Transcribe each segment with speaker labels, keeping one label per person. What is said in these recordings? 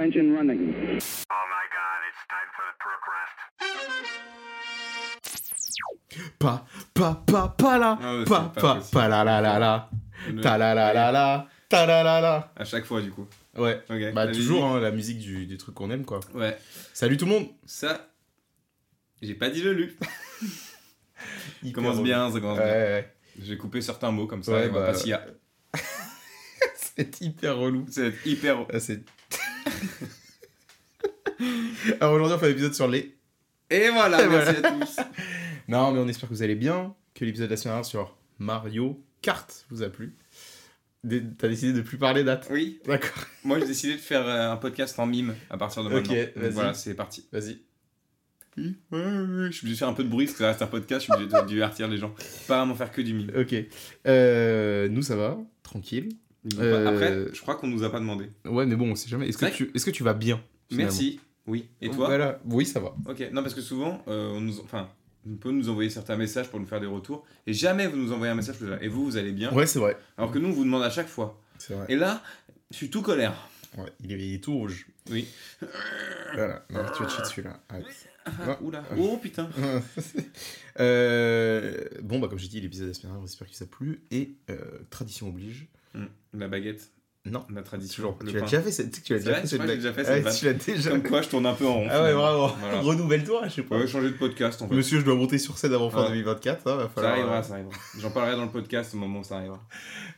Speaker 1: engine running.
Speaker 2: Oh my god, it's time for the perk rest.
Speaker 3: Pa, pa, pa, pa, la.
Speaker 4: Ah ouais, c'est
Speaker 3: pa,
Speaker 4: pas
Speaker 3: pa,
Speaker 4: possible.
Speaker 3: pa, la, la, la, la.
Speaker 4: Le-
Speaker 3: Ta, la, la, la, la. Ta, la, la, la.
Speaker 4: À chaque fois, du coup.
Speaker 3: Ouais.
Speaker 4: Ok.
Speaker 3: Bah,
Speaker 4: La
Speaker 3: toujours, hein, la musique du, des trucs qu'on aime, quoi.
Speaker 4: Ouais.
Speaker 3: Salut tout le monde.
Speaker 4: Ça, j'ai pas dit le lu.
Speaker 3: Il
Speaker 4: commence bien, ça commence
Speaker 3: Ouais,
Speaker 4: bien.
Speaker 3: ouais.
Speaker 4: J'ai coupé certains mots comme ça,
Speaker 3: Ouais,
Speaker 4: et on va
Speaker 3: bah,
Speaker 4: pas s'y a-
Speaker 3: C'est hyper relou.
Speaker 4: C'est hyper.
Speaker 3: Ah, c'est. Alors aujourd'hui, on fait un épisode sur les.
Speaker 4: Et voilà,
Speaker 3: Et
Speaker 4: merci à tous.
Speaker 3: Non, mais on espère que vous allez bien, que l'épisode de la semaine dernière sur Mario Kart vous a plu. Des- T'as décidé de plus parler date.
Speaker 4: Oui,
Speaker 3: D'accord.
Speaker 4: moi j'ai décidé de faire euh, un podcast en mime à partir de
Speaker 3: Ok,
Speaker 4: maintenant. Donc
Speaker 3: vas-y.
Speaker 4: Voilà, c'est parti.
Speaker 3: Vas-y.
Speaker 4: Ouais, ouais, ouais, Je suis obligé de faire un peu de bruit parce que ça reste un podcast, je suis obligé de divertir les gens. Pas à m'en faire que du mime.
Speaker 3: Ok. Euh, nous, ça va. Tranquille. Euh,
Speaker 4: Après, je crois qu'on nous a pas demandé.
Speaker 3: Ouais, mais bon, on sait jamais. Est-ce que,
Speaker 4: C'est vrai
Speaker 3: tu... Est que tu vas bien finalement
Speaker 4: Merci. Oui. Et toi
Speaker 3: Voilà. Oui, ça va.
Speaker 4: Ok, non, parce que souvent, euh, on nous, enfin, on peut nous envoyer certains messages pour nous faire des retours, et jamais vous nous envoyez un message pour dire, et vous, vous allez bien,
Speaker 3: Ouais, c'est vrai.
Speaker 4: alors que nous, on vous demande à chaque fois.
Speaker 3: C'est vrai.
Speaker 4: Et là, je suis tout colère.
Speaker 3: Ouais, il, est, il est tout rouge.
Speaker 4: Oui.
Speaker 3: Voilà. Non, tu vas te chier dessus là. Arrête.
Speaker 4: Ah, oula. Oh putain.
Speaker 3: Euh, bon, bah, comme j'ai dit, l'épisode de la semaine dernière, j'espère qu'il vous a plu. Et euh, tradition oblige.
Speaker 4: Hmm, La baguette,
Speaker 3: Non.
Speaker 4: la tradition.
Speaker 3: Toujours.
Speaker 4: le
Speaker 3: Tu l'as
Speaker 4: pain.
Speaker 3: déjà fait cette, tu sais que tu l'as
Speaker 4: C'est
Speaker 3: déjà fait cette blague.
Speaker 4: vrai, je crois que j'ai déjà fait cette
Speaker 3: Ouais,
Speaker 4: blague.
Speaker 3: tu l'as déjà.
Speaker 4: Comme quoi, je tourne un peu en rond.
Speaker 3: Ah ouais,
Speaker 4: finalement.
Speaker 3: bravo.
Speaker 4: Voilà.
Speaker 3: Renouvelle-toi, je sais pas.
Speaker 4: On va changer de podcast en fait.
Speaker 3: Monsieur, je dois monter sur scène avant fin
Speaker 4: Ouais.
Speaker 3: 2024. hein, va
Speaker 4: ça
Speaker 3: falloir,
Speaker 4: arrivera,
Speaker 3: euh,
Speaker 4: ça arrivera. J'en parlerai dans le podcast au moment où ça arrivera.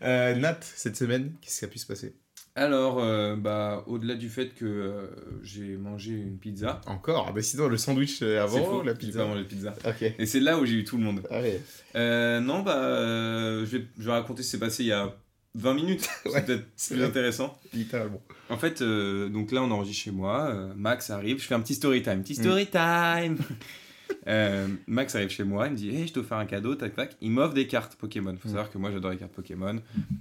Speaker 3: Euh, Nat, cette semaine, qu'est-ce qui a pu se passer
Speaker 4: Alors, euh, bah, au-delà du fait que euh, j'ai mangé une pizza.
Speaker 3: Encore Ah bah sinon, le sandwich euh,
Speaker 4: C'est
Speaker 3: avant
Speaker 4: faux,
Speaker 3: la
Speaker 4: j'ai
Speaker 3: pizza.
Speaker 4: pas mangé de pizza.
Speaker 3: Ok.
Speaker 4: Et c'est là où j'ai eu tout le monde.
Speaker 3: Allez.
Speaker 4: Euh, non, bah, euh, je, vais, je vais raconter ce qui s'est passé il y a 20 minutes.
Speaker 3: Ouais,
Speaker 4: c'est peut-être
Speaker 3: c'est
Speaker 4: plus
Speaker 3: vrai.
Speaker 4: intéressant.
Speaker 3: Littéralement.
Speaker 4: En fait, euh, donc là, on enregistre chez moi. euh, Max arrive. Je fais un petit story time.
Speaker 3: Mm.
Speaker 4: Petit story time Euh, Max arrive chez moi. Il me dit Hey, je t'ai offert un cadeau. Tac, tac. Il m'offre des cartes Pokémon. Faut
Speaker 3: Mm.
Speaker 4: savoir que moi, j'adore les cartes Pokémon.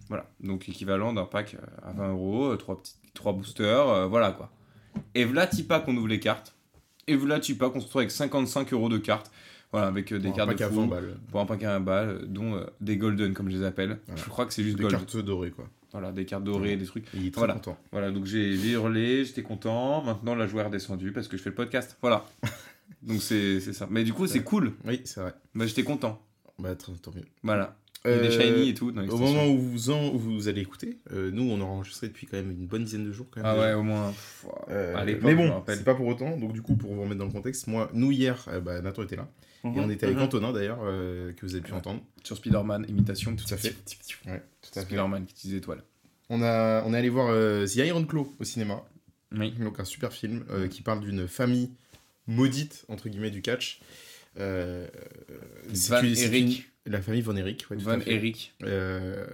Speaker 4: Voilà. Donc, l'équivalent d'un pack euh, à 20 euros, 3, petits, trois boosters. euh, voilà quoi. Et voilà, Tipa, qu'on ouvre les cartes. Et voilà, Tipa, qu'on se retrouve avec 55 euros de cartes. Voilà, avec euh, des
Speaker 3: Bon,
Speaker 4: cartes
Speaker 3: pas
Speaker 4: de
Speaker 3: qu'à
Speaker 4: fou
Speaker 3: 20 balles.
Speaker 4: pour un paquet à balles, dont euh, des golden comme je les appelle.
Speaker 3: Voilà.
Speaker 4: Je crois que c'est juste
Speaker 3: Des
Speaker 4: gold.
Speaker 3: cartes dorées, quoi.
Speaker 4: Voilà, des cartes dorées, des trucs.
Speaker 3: Il est très
Speaker 4: Voilà.
Speaker 3: content.
Speaker 4: Voilà, donc j'ai j'ai hurlé, j'étais content. Maintenant, la joueur est redescendue parce que je fais le podcast. Voilà. donc c'est c'est ça. Mais du coup, c'est cool.
Speaker 3: Oui, c'est vrai.
Speaker 4: Bah, j'étais content.
Speaker 3: Bah, tant, tant mieux.
Speaker 4: Voilà. Il y a des
Speaker 3: Euh,
Speaker 4: shiny et tout dans les
Speaker 3: Au
Speaker 4: stations.
Speaker 3: moment où vous, en, où vous allez écouter, euh, nous, on a enregistré depuis quand même une bonne dizaine de jours. Quand même,
Speaker 4: Ah
Speaker 3: déjà.
Speaker 4: ouais, au moins. pff,
Speaker 3: Euh,
Speaker 4: à l'époque,
Speaker 3: mais
Speaker 4: je me
Speaker 3: bon,
Speaker 4: rappelle.
Speaker 3: c'est pas pour autant. Donc, du coup, pour vous remettre dans le contexte, moi, nous, hier, euh, bah, Nathan était là. Et on était avec
Speaker 4: Mhm.
Speaker 3: Antonin, d'ailleurs, euh, que vous avez pu
Speaker 4: Ouais.
Speaker 3: entendre.
Speaker 4: Sur Spider-Man, imitation.
Speaker 3: Tout à fait. Ouais, tout à fait.
Speaker 4: Spider-Man, petites étoiles.
Speaker 3: On, a, on est allé voir euh, The Iron Claw au cinéma.
Speaker 4: Oui.
Speaker 3: donc un super film euh, qui parle d'une famille maudite entre guillemets du catch. Euh, c'est
Speaker 4: Van
Speaker 3: une- c'est
Speaker 4: Eric.
Speaker 3: une- la famille Von Eric. ouais, tout
Speaker 4: Van
Speaker 3: à fait.
Speaker 4: Eric.
Speaker 3: Euh,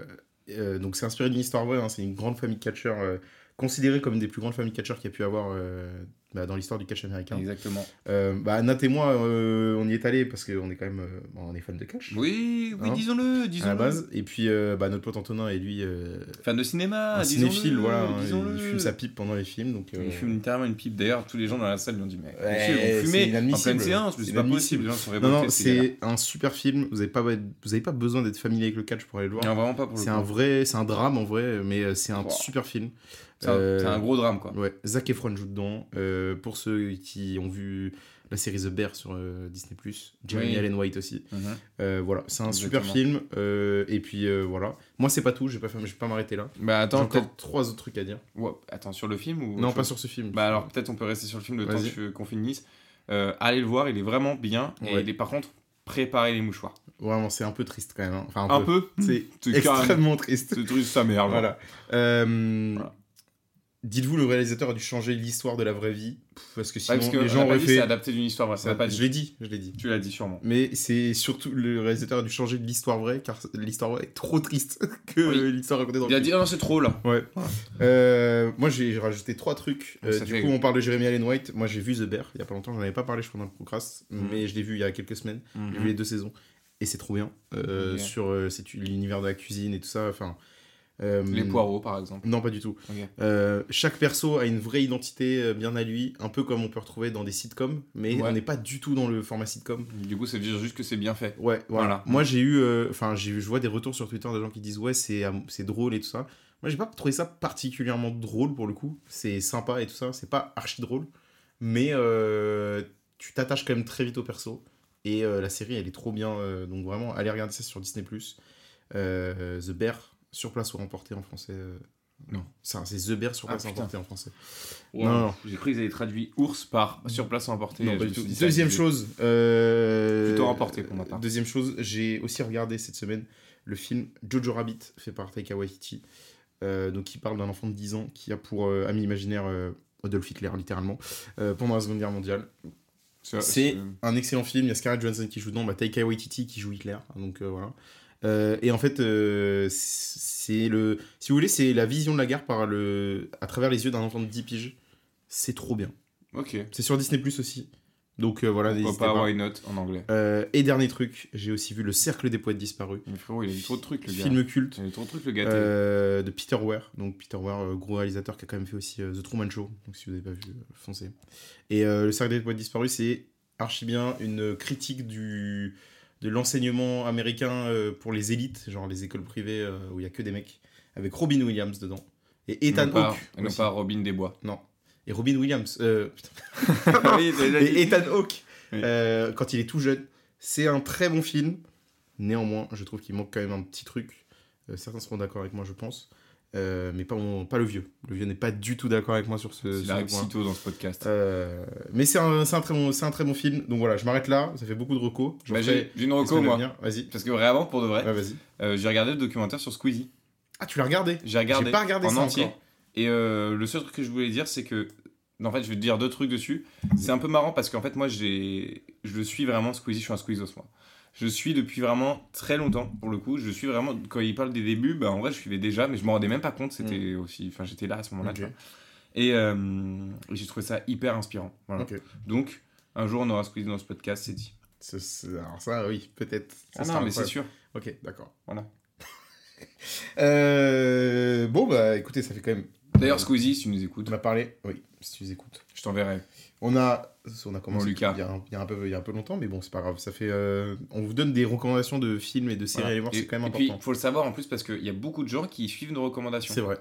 Speaker 3: euh, donc c'est inspiré d'une histoire vraie. hein, c'est une grande famille de catcheurs euh, considérée comme une des plus grandes familles de catcheurs qu'il y a pu avoir euh, bah, dans l'histoire du catch américain.
Speaker 4: Exactement.
Speaker 3: Euh, bah, Nat et moi, euh, on y est allé parce qu'on est quand même, euh, bon, on est fan de catch.
Speaker 4: Oui, oui,
Speaker 3: Hein
Speaker 4: disons-le,
Speaker 3: À la
Speaker 4: disons-le.
Speaker 3: base, et puis euh, bah, notre pote Antonin et lui, euh,
Speaker 4: Fan de cinéma,
Speaker 3: un
Speaker 4: Ah, disons-le,
Speaker 3: cinéphile, voilà, hein,
Speaker 4: disons-le.
Speaker 3: il fume sa pipe pendant les films, donc euh,
Speaker 4: Il fume littéralement une pipe. D'ailleurs, tous les gens dans la salle lui ont dit Mais
Speaker 3: Ouais,
Speaker 4: monsieur,
Speaker 3: c'est
Speaker 4: vous fumez en
Speaker 3: inadmissible.
Speaker 4: pleine séance, mais
Speaker 3: C'est
Speaker 4: c'est pas
Speaker 3: inadmissible.
Speaker 4: possible. hein, Les gens sont
Speaker 3: Non,
Speaker 4: révoltés.
Speaker 3: non, c'est un super film. Vous n'avez pas, vous avez pas besoin d'être familier avec le catch pour aller le voir.
Speaker 4: Non, vraiment pas pour le
Speaker 3: C'est
Speaker 4: coup.
Speaker 3: un vrai, c'est un drame en vrai, mais euh, c'est un
Speaker 4: Wow.
Speaker 3: super film.
Speaker 4: C'est un-
Speaker 3: Euh,
Speaker 4: c'est un gros drame, quoi.
Speaker 3: Ouais, Zac Efron joue dedans. Euh, pour ceux qui ont vu la série The Bear sur euh, Disney+, Jeremy
Speaker 4: Oui.
Speaker 3: Allen White aussi.
Speaker 4: Mhm.
Speaker 3: Euh, voilà, c'est un super
Speaker 4: Exactement.
Speaker 3: film. euh, et puis euh, voilà. Moi, c'est pas tout. Je vais pas, faire- je vais pas m'arrêter là.
Speaker 4: Bah,
Speaker 3: J'ai
Speaker 4: attends, peut-être.
Speaker 3: encore trois autres trucs à dire.
Speaker 4: Ouais, Attends, sur le film ou.
Speaker 3: non,
Speaker 4: autre
Speaker 3: pas
Speaker 4: chose
Speaker 3: sur ce film.
Speaker 4: Bah, alors, peut-être on peut rester sur le film le temps
Speaker 3: Vas-y.
Speaker 4: que- qu'on finisse. Euh, Allez le voir, il est vraiment bien. Et
Speaker 3: Ouais.
Speaker 4: il est par contre, préparez les mouchoirs.
Speaker 3: Vraiment, c'est un peu triste quand même. hein. Enfin, un,
Speaker 4: Un
Speaker 3: peu.
Speaker 4: peu
Speaker 3: C'est
Speaker 4: C'est carrément.
Speaker 3: extrêmement triste.
Speaker 4: Ce truc, sa merde.
Speaker 3: Ah, Voilà. Euh,
Speaker 4: Voilà.
Speaker 3: Dites-vous, le réalisateur a dû changer l'histoire de la vraie vie. pff, Parce que sinon,
Speaker 4: Ouais, Parce que
Speaker 3: les gens auraient
Speaker 4: C'est
Speaker 3: fait.
Speaker 4: adapté d'une histoire vraie. Ça l'a pas
Speaker 3: je
Speaker 4: dit.
Speaker 3: l'ai dit, je l'ai dit.
Speaker 4: Tu l'as dit sûrement.
Speaker 3: Mais c'est surtout le réalisateur a dû changer de l'histoire vraie, car l'histoire vraie est trop triste que
Speaker 4: Oui.
Speaker 3: euh, l'histoire racontée dans
Speaker 4: Il
Speaker 3: le
Speaker 4: a
Speaker 3: film.
Speaker 4: dit Ah non, c'est trop là.
Speaker 3: Ouais. Euh, moi, j'ai rajouté trois trucs.
Speaker 4: Oh, Ça
Speaker 3: Euh,
Speaker 4: fait-
Speaker 3: du coup, on parle de Jeremy Allen White. Moi, j'ai vu The Bear il y a pas longtemps. J'en avais pas parlé, je crois, dans le procrast.
Speaker 4: Mhm.
Speaker 3: Mais je l'ai vu il y a quelques semaines. J'ai vu les deux saisons. Et c'est trop bien. Euh,
Speaker 4: Ok.
Speaker 3: Sur euh, c'est l'univers de la cuisine et tout ça. Enfin, euh,
Speaker 4: Les poireaux, par exemple.
Speaker 3: Non, pas du tout.
Speaker 4: Ok.
Speaker 3: Euh, chaque perso a une vraie identité euh, bien à lui, un peu comme on peut retrouver dans des sitcoms, mais
Speaker 4: Ouais.
Speaker 3: on n'est pas du tout dans le format sitcom.
Speaker 4: Du coup, ça veut dire juste que c'est bien fait.
Speaker 3: Ouais, voilà.
Speaker 4: Voilà.
Speaker 3: Moi, j'ai eu, euh, enfin, j'ai eu- je vois des retours sur Twitter de gens qui disent ouais, c'est, am- c'est drôle et tout ça. Moi, j'ai pas trouvé ça particulièrement drôle pour le coup. C'est sympa et tout ça, c'est pas archi drôle, mais euh, tu t'attaches quand même très vite au perso. Et euh, la série, elle est trop bien. euh, donc vraiment, allez regarder ça sur Disney+. Euh, The Bear, sur place ou remporté en français. euh,
Speaker 4: Non.
Speaker 3: Ça, c'est The Bear sur
Speaker 4: Ah,
Speaker 3: place ou
Speaker 4: putain.
Speaker 3: remporté en français.
Speaker 4: Ouais,
Speaker 3: Non, non.
Speaker 4: J'ai cru qu'ils avaient traduit ours par sur place emporté.
Speaker 3: Non,
Speaker 4: euh, Je
Speaker 3: pas
Speaker 4: me
Speaker 3: du tout.
Speaker 4: suis dit, ça,
Speaker 3: Deuxième
Speaker 4: c'est-
Speaker 3: chose. euh,
Speaker 4: Plutôt remporté pour ma part.
Speaker 3: Deuxième chose, j'ai aussi regardé cette semaine le film Jojo Rabbit, fait par Taika Waititi. euh, donc, qui parle d'un enfant de 10 ans qui a pour euh, ami imaginaire euh, Adolf Hitler, littéralement, euh, pendant la Seconde Guerre mondiale. C'est
Speaker 4: c'est- c'est-
Speaker 3: un excellent film. Il y a Scarlett Johansson qui joue dedans, bah, Taika Waititi qui joue Hitler. Donc euh, voilà. Euh, et en fait, euh, c'est le, si vous voulez, c'est la vision de la guerre par le, à travers les yeux d'un enfant de 10 piges. C'est trop bien.
Speaker 4: Ok.
Speaker 3: C'est sur Disney Plus aussi. Donc euh, voilà,
Speaker 4: Pourquoi
Speaker 3: n'hésitez
Speaker 4: pas
Speaker 3: pas.
Speaker 4: Why Not en anglais
Speaker 3: Euh, et dernier truc, j'ai aussi vu Le Cercle des poètes disparus.
Speaker 4: Mais frérot, il a eu trop de trucs, le gars.
Speaker 3: Film culte
Speaker 4: Il a eu trop de trucs, le gars.
Speaker 3: euh, de Peter Ware. Donc Peter Ware, euh, gros réalisateur qui a quand même fait aussi euh, The Truman Show. Donc si vous n'avez pas vu, euh, foncez. Et euh, Le Cercle des poètes disparus, c'est archi bien une critique du de l'enseignement américain euh, pour les élites, genre les écoles privées euh, où il y a que des mecs, avec Robin Williams dedans. Et
Speaker 4: Et
Speaker 3: Ethan
Speaker 4: pas,
Speaker 3: Hawke.
Speaker 4: non
Speaker 3: aussi.
Speaker 4: pas Robin des Bois.
Speaker 3: Non. Et Robin Williams. euh, putain.
Speaker 4: Oui, t'as déjà dit.
Speaker 3: Et Ethan Hawke,
Speaker 4: Oui.
Speaker 3: euh, quand il est tout jeune. C'est un très bon film. Néanmoins, je trouve qu'il manque quand même un petit truc. Euh, certains seront d'accord avec moi, je pense. Euh, mais pas, mon- pas le vieux. Le vieux n'est pas du tout d'accord avec moi sur ce,
Speaker 4: Il
Speaker 3: Euh, sur ce
Speaker 4: arrive
Speaker 3: point.
Speaker 4: si tôt dans ce podcast.
Speaker 3: Euh, mais c'est un, c'est un très bon, c'est un très bon film. Donc voilà, je m'arrête là. Ça fait beaucoup de recos. J'en
Speaker 4: Bah,
Speaker 3: ferai
Speaker 4: j'ai j'ai une
Speaker 3: les
Speaker 4: reco,
Speaker 3: semaines à
Speaker 4: moi.
Speaker 3: venir. Vas-y.
Speaker 4: Parce que vraiment, pour de vrai,
Speaker 3: Ouais, vas-y.
Speaker 4: euh, j'ai regardé le documentaire sur Squeezie.
Speaker 3: Ah, tu l'as regardé
Speaker 4: J'ai regardé,
Speaker 3: J'ai pas regardé
Speaker 4: en
Speaker 3: ça
Speaker 4: entier.
Speaker 3: encore.
Speaker 4: Et euh, le seul truc que je voulais dire, c'est que. En fait, je vais te dire deux trucs dessus. C'est un peu marrant parce qu'en fait, moi, j'ai, je le suis vraiment Squeezie. Je suis un Squeezos, moi. Je suis depuis vraiment très longtemps, pour le coup. Je suis vraiment. Quand il parle des débuts, bah, en vrai, je suivais déjà, mais je m'en rendais même pas compte. C'était aussi. Enfin, j'étais là à ce moment-là.
Speaker 3: Mm. Ok.
Speaker 4: tu vois. Et euh, j'ai trouvé ça hyper inspirant. Voilà.
Speaker 3: Ok.
Speaker 4: Donc, un jour, on aura Squeezie dans ce podcast, c'est dit.
Speaker 3: C'est- c'est- Alors ça, oui, peut-être. Ça
Speaker 4: Ah
Speaker 3: sera
Speaker 4: non, mais c'est
Speaker 3: incroyable.
Speaker 4: sûr.
Speaker 3: Ok, d'accord.
Speaker 4: Voilà.
Speaker 3: Euh, bon, bah écoutez, ça fait quand même.
Speaker 4: D'ailleurs, Squeezie, si tu nous écoutes,
Speaker 3: On a parlé. Oui, si tu les écoutes.
Speaker 4: je t'enverrai.
Speaker 3: On a, on a commencé
Speaker 4: Bon, Lucas.
Speaker 3: Il, y a un, il y a un peu, il y a un peu longtemps, mais bon, c'est pas grave. Ça fait, euh, on vous donne des recommandations de films et de séries
Speaker 4: Voilà.
Speaker 3: à aller voir,
Speaker 4: Et-
Speaker 3: c'est quand même
Speaker 4: et
Speaker 3: important.
Speaker 4: puis, faut le savoir en plus parce qu'il y a beaucoup de gens qui suivent nos recommandations.
Speaker 3: c'est vrai.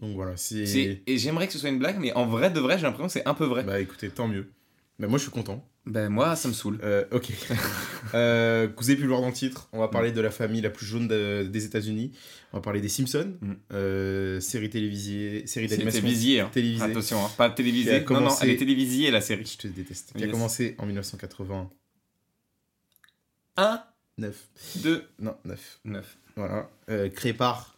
Speaker 3: Donc voilà,
Speaker 4: C'est-
Speaker 3: c'est.
Speaker 4: Et j'aimerais que ce soit une blague, mais en vrai de vrai, j'ai l'impression que c'est un peu vrai.
Speaker 3: Bah écoutez, tant mieux. Bah moi je suis content.
Speaker 4: Ben moi, ça me saoule.
Speaker 3: Euh, ok. Euh, vous avez pu le voir dans le titre. On va parler
Speaker 4: Mm.
Speaker 3: de la famille la plus jaune de- des États-Unis. On va parler des Simpsons,
Speaker 4: Mm.
Speaker 3: euh, série télévisée, série
Speaker 4: C'est
Speaker 3: d'animation
Speaker 4: télévisé. hein.
Speaker 3: télévisée.
Speaker 4: Attention, hein, pas
Speaker 3: Qui a
Speaker 4: télévisé. Non, non,
Speaker 3: commencé-
Speaker 4: elle est télévisée la série.
Speaker 3: Je te déteste. Qui a
Speaker 4: Yes.
Speaker 3: commencé en 1989.
Speaker 4: 1, 2,
Speaker 3: Non, 9.
Speaker 4: 9.
Speaker 3: Voilà. Euh, créé par.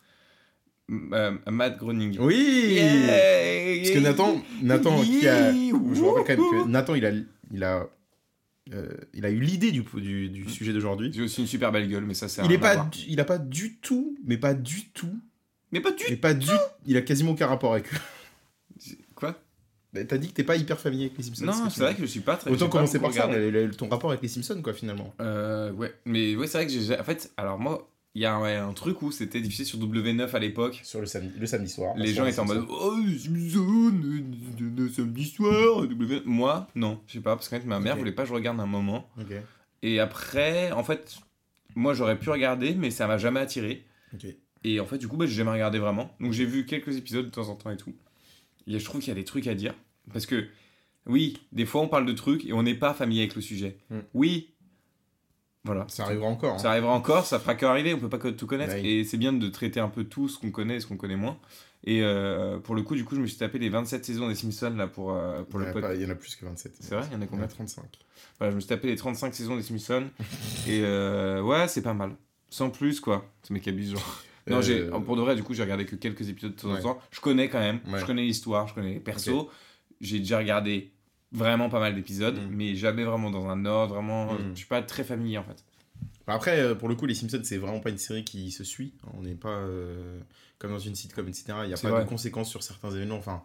Speaker 4: euh, Matt Groening.
Speaker 3: Oui.
Speaker 4: Yeah.
Speaker 3: Parce que Nathan, Nathan qui a,
Speaker 4: Yeah.
Speaker 3: je vous rappelle quand même que Nathan, il a, il a, euh, il a eu l'idée du, du, Mm. du sujet d'aujourd'hui.
Speaker 4: J'ai aussi une super belle gueule, mais ça, c'est
Speaker 3: Il est
Speaker 4: rien à
Speaker 3: pas,
Speaker 4: voir.
Speaker 3: du- il a pas du tout, mais pas du tout,
Speaker 4: Mais pas du.
Speaker 3: mais pas du, il a quasiment aucun rapport avec. eux.
Speaker 4: Quoi
Speaker 3: Mais Bah, T'as dit que t'es pas hyper familier avec les Simpsons.
Speaker 4: Non, c'est vrai que je suis pas très. j'ai
Speaker 3: Autant
Speaker 4: pas
Speaker 3: commencer par
Speaker 4: beaucoup
Speaker 3: ça,
Speaker 4: regardé.
Speaker 3: le- le- ton rapport avec les Simpsons, quoi, finalement.
Speaker 4: Euh, ouais, mais ouais, c'est vrai que j'ai. En fait, alors moi, il y a un, un truc où c'était diffusé sur W9 à l'époque.
Speaker 3: Sur le samedi, le samedi soir.
Speaker 4: Les gens étaient en mode Oh, les Simpsons, euh, de- de- de samedi soir, W9. Moi, non, je sais pas, parce que en fait, ma mère
Speaker 3: Ok.
Speaker 4: voulait pas que je regarde un moment.
Speaker 3: Ok.
Speaker 4: Et après, en fait, moi j'aurais pu regarder, mais ça m'a jamais attiré.
Speaker 3: Ok.
Speaker 4: Et en fait, du coup, bah, j'ai jamais regardé vraiment. Donc j'ai vu quelques épisodes de temps en temps et tout. Et je trouve qu'il y a des trucs à dire. Parce que, oui, des fois on parle de trucs et on n'est pas familier avec le sujet.
Speaker 3: Mm.
Speaker 4: Oui. Voilà.
Speaker 3: Ça arrivera encore. hein.
Speaker 4: Ça arrivera encore, ça fera qu'arriver, on peut pas que tout connaître.
Speaker 3: Ouais.
Speaker 4: Et c'est bien de traiter un peu tout ce qu'on connaît et ce qu'on connaît moins. Et euh, pour le coup, du coup, je me suis tapé les 27 saisons des Simpsons là pour, euh, pour
Speaker 3: il, y en
Speaker 4: le
Speaker 3: a
Speaker 4: pod-
Speaker 3: pas- il y en a plus que 27.
Speaker 4: C'est vrai, il y en a
Speaker 3: Il y en
Speaker 4: combien
Speaker 3: a 35.
Speaker 4: Voilà, Je me suis tapé les 35 saisons des Simpsons. et euh, ouais, c'est pas mal. Sans plus, quoi. Ce mec abuse, genre. Non,
Speaker 3: Euh,
Speaker 4: j'ai pour de vrai, du coup, j'ai regardé que quelques épisodes de temps
Speaker 3: Ouais.
Speaker 4: en temps. Je connais quand même,
Speaker 3: Ouais.
Speaker 4: je connais l'histoire, je connais les persos. J'ai déjà regardé vraiment pas mal d'épisodes,
Speaker 3: Mm.
Speaker 4: mais jamais vraiment dans un ordre, vraiment.
Speaker 3: Mm.
Speaker 4: Je suis pas très familier en fait.
Speaker 3: Enfin, Après, euh, pour le coup, Les Simpsons, c'est vraiment pas une série qui se suit. On n'est pas euh, comme dans une sitcom, etc. Il n'y a
Speaker 4: C'est
Speaker 3: pas
Speaker 4: vrai.
Speaker 3: de conséquences sur certains événements. Enfin,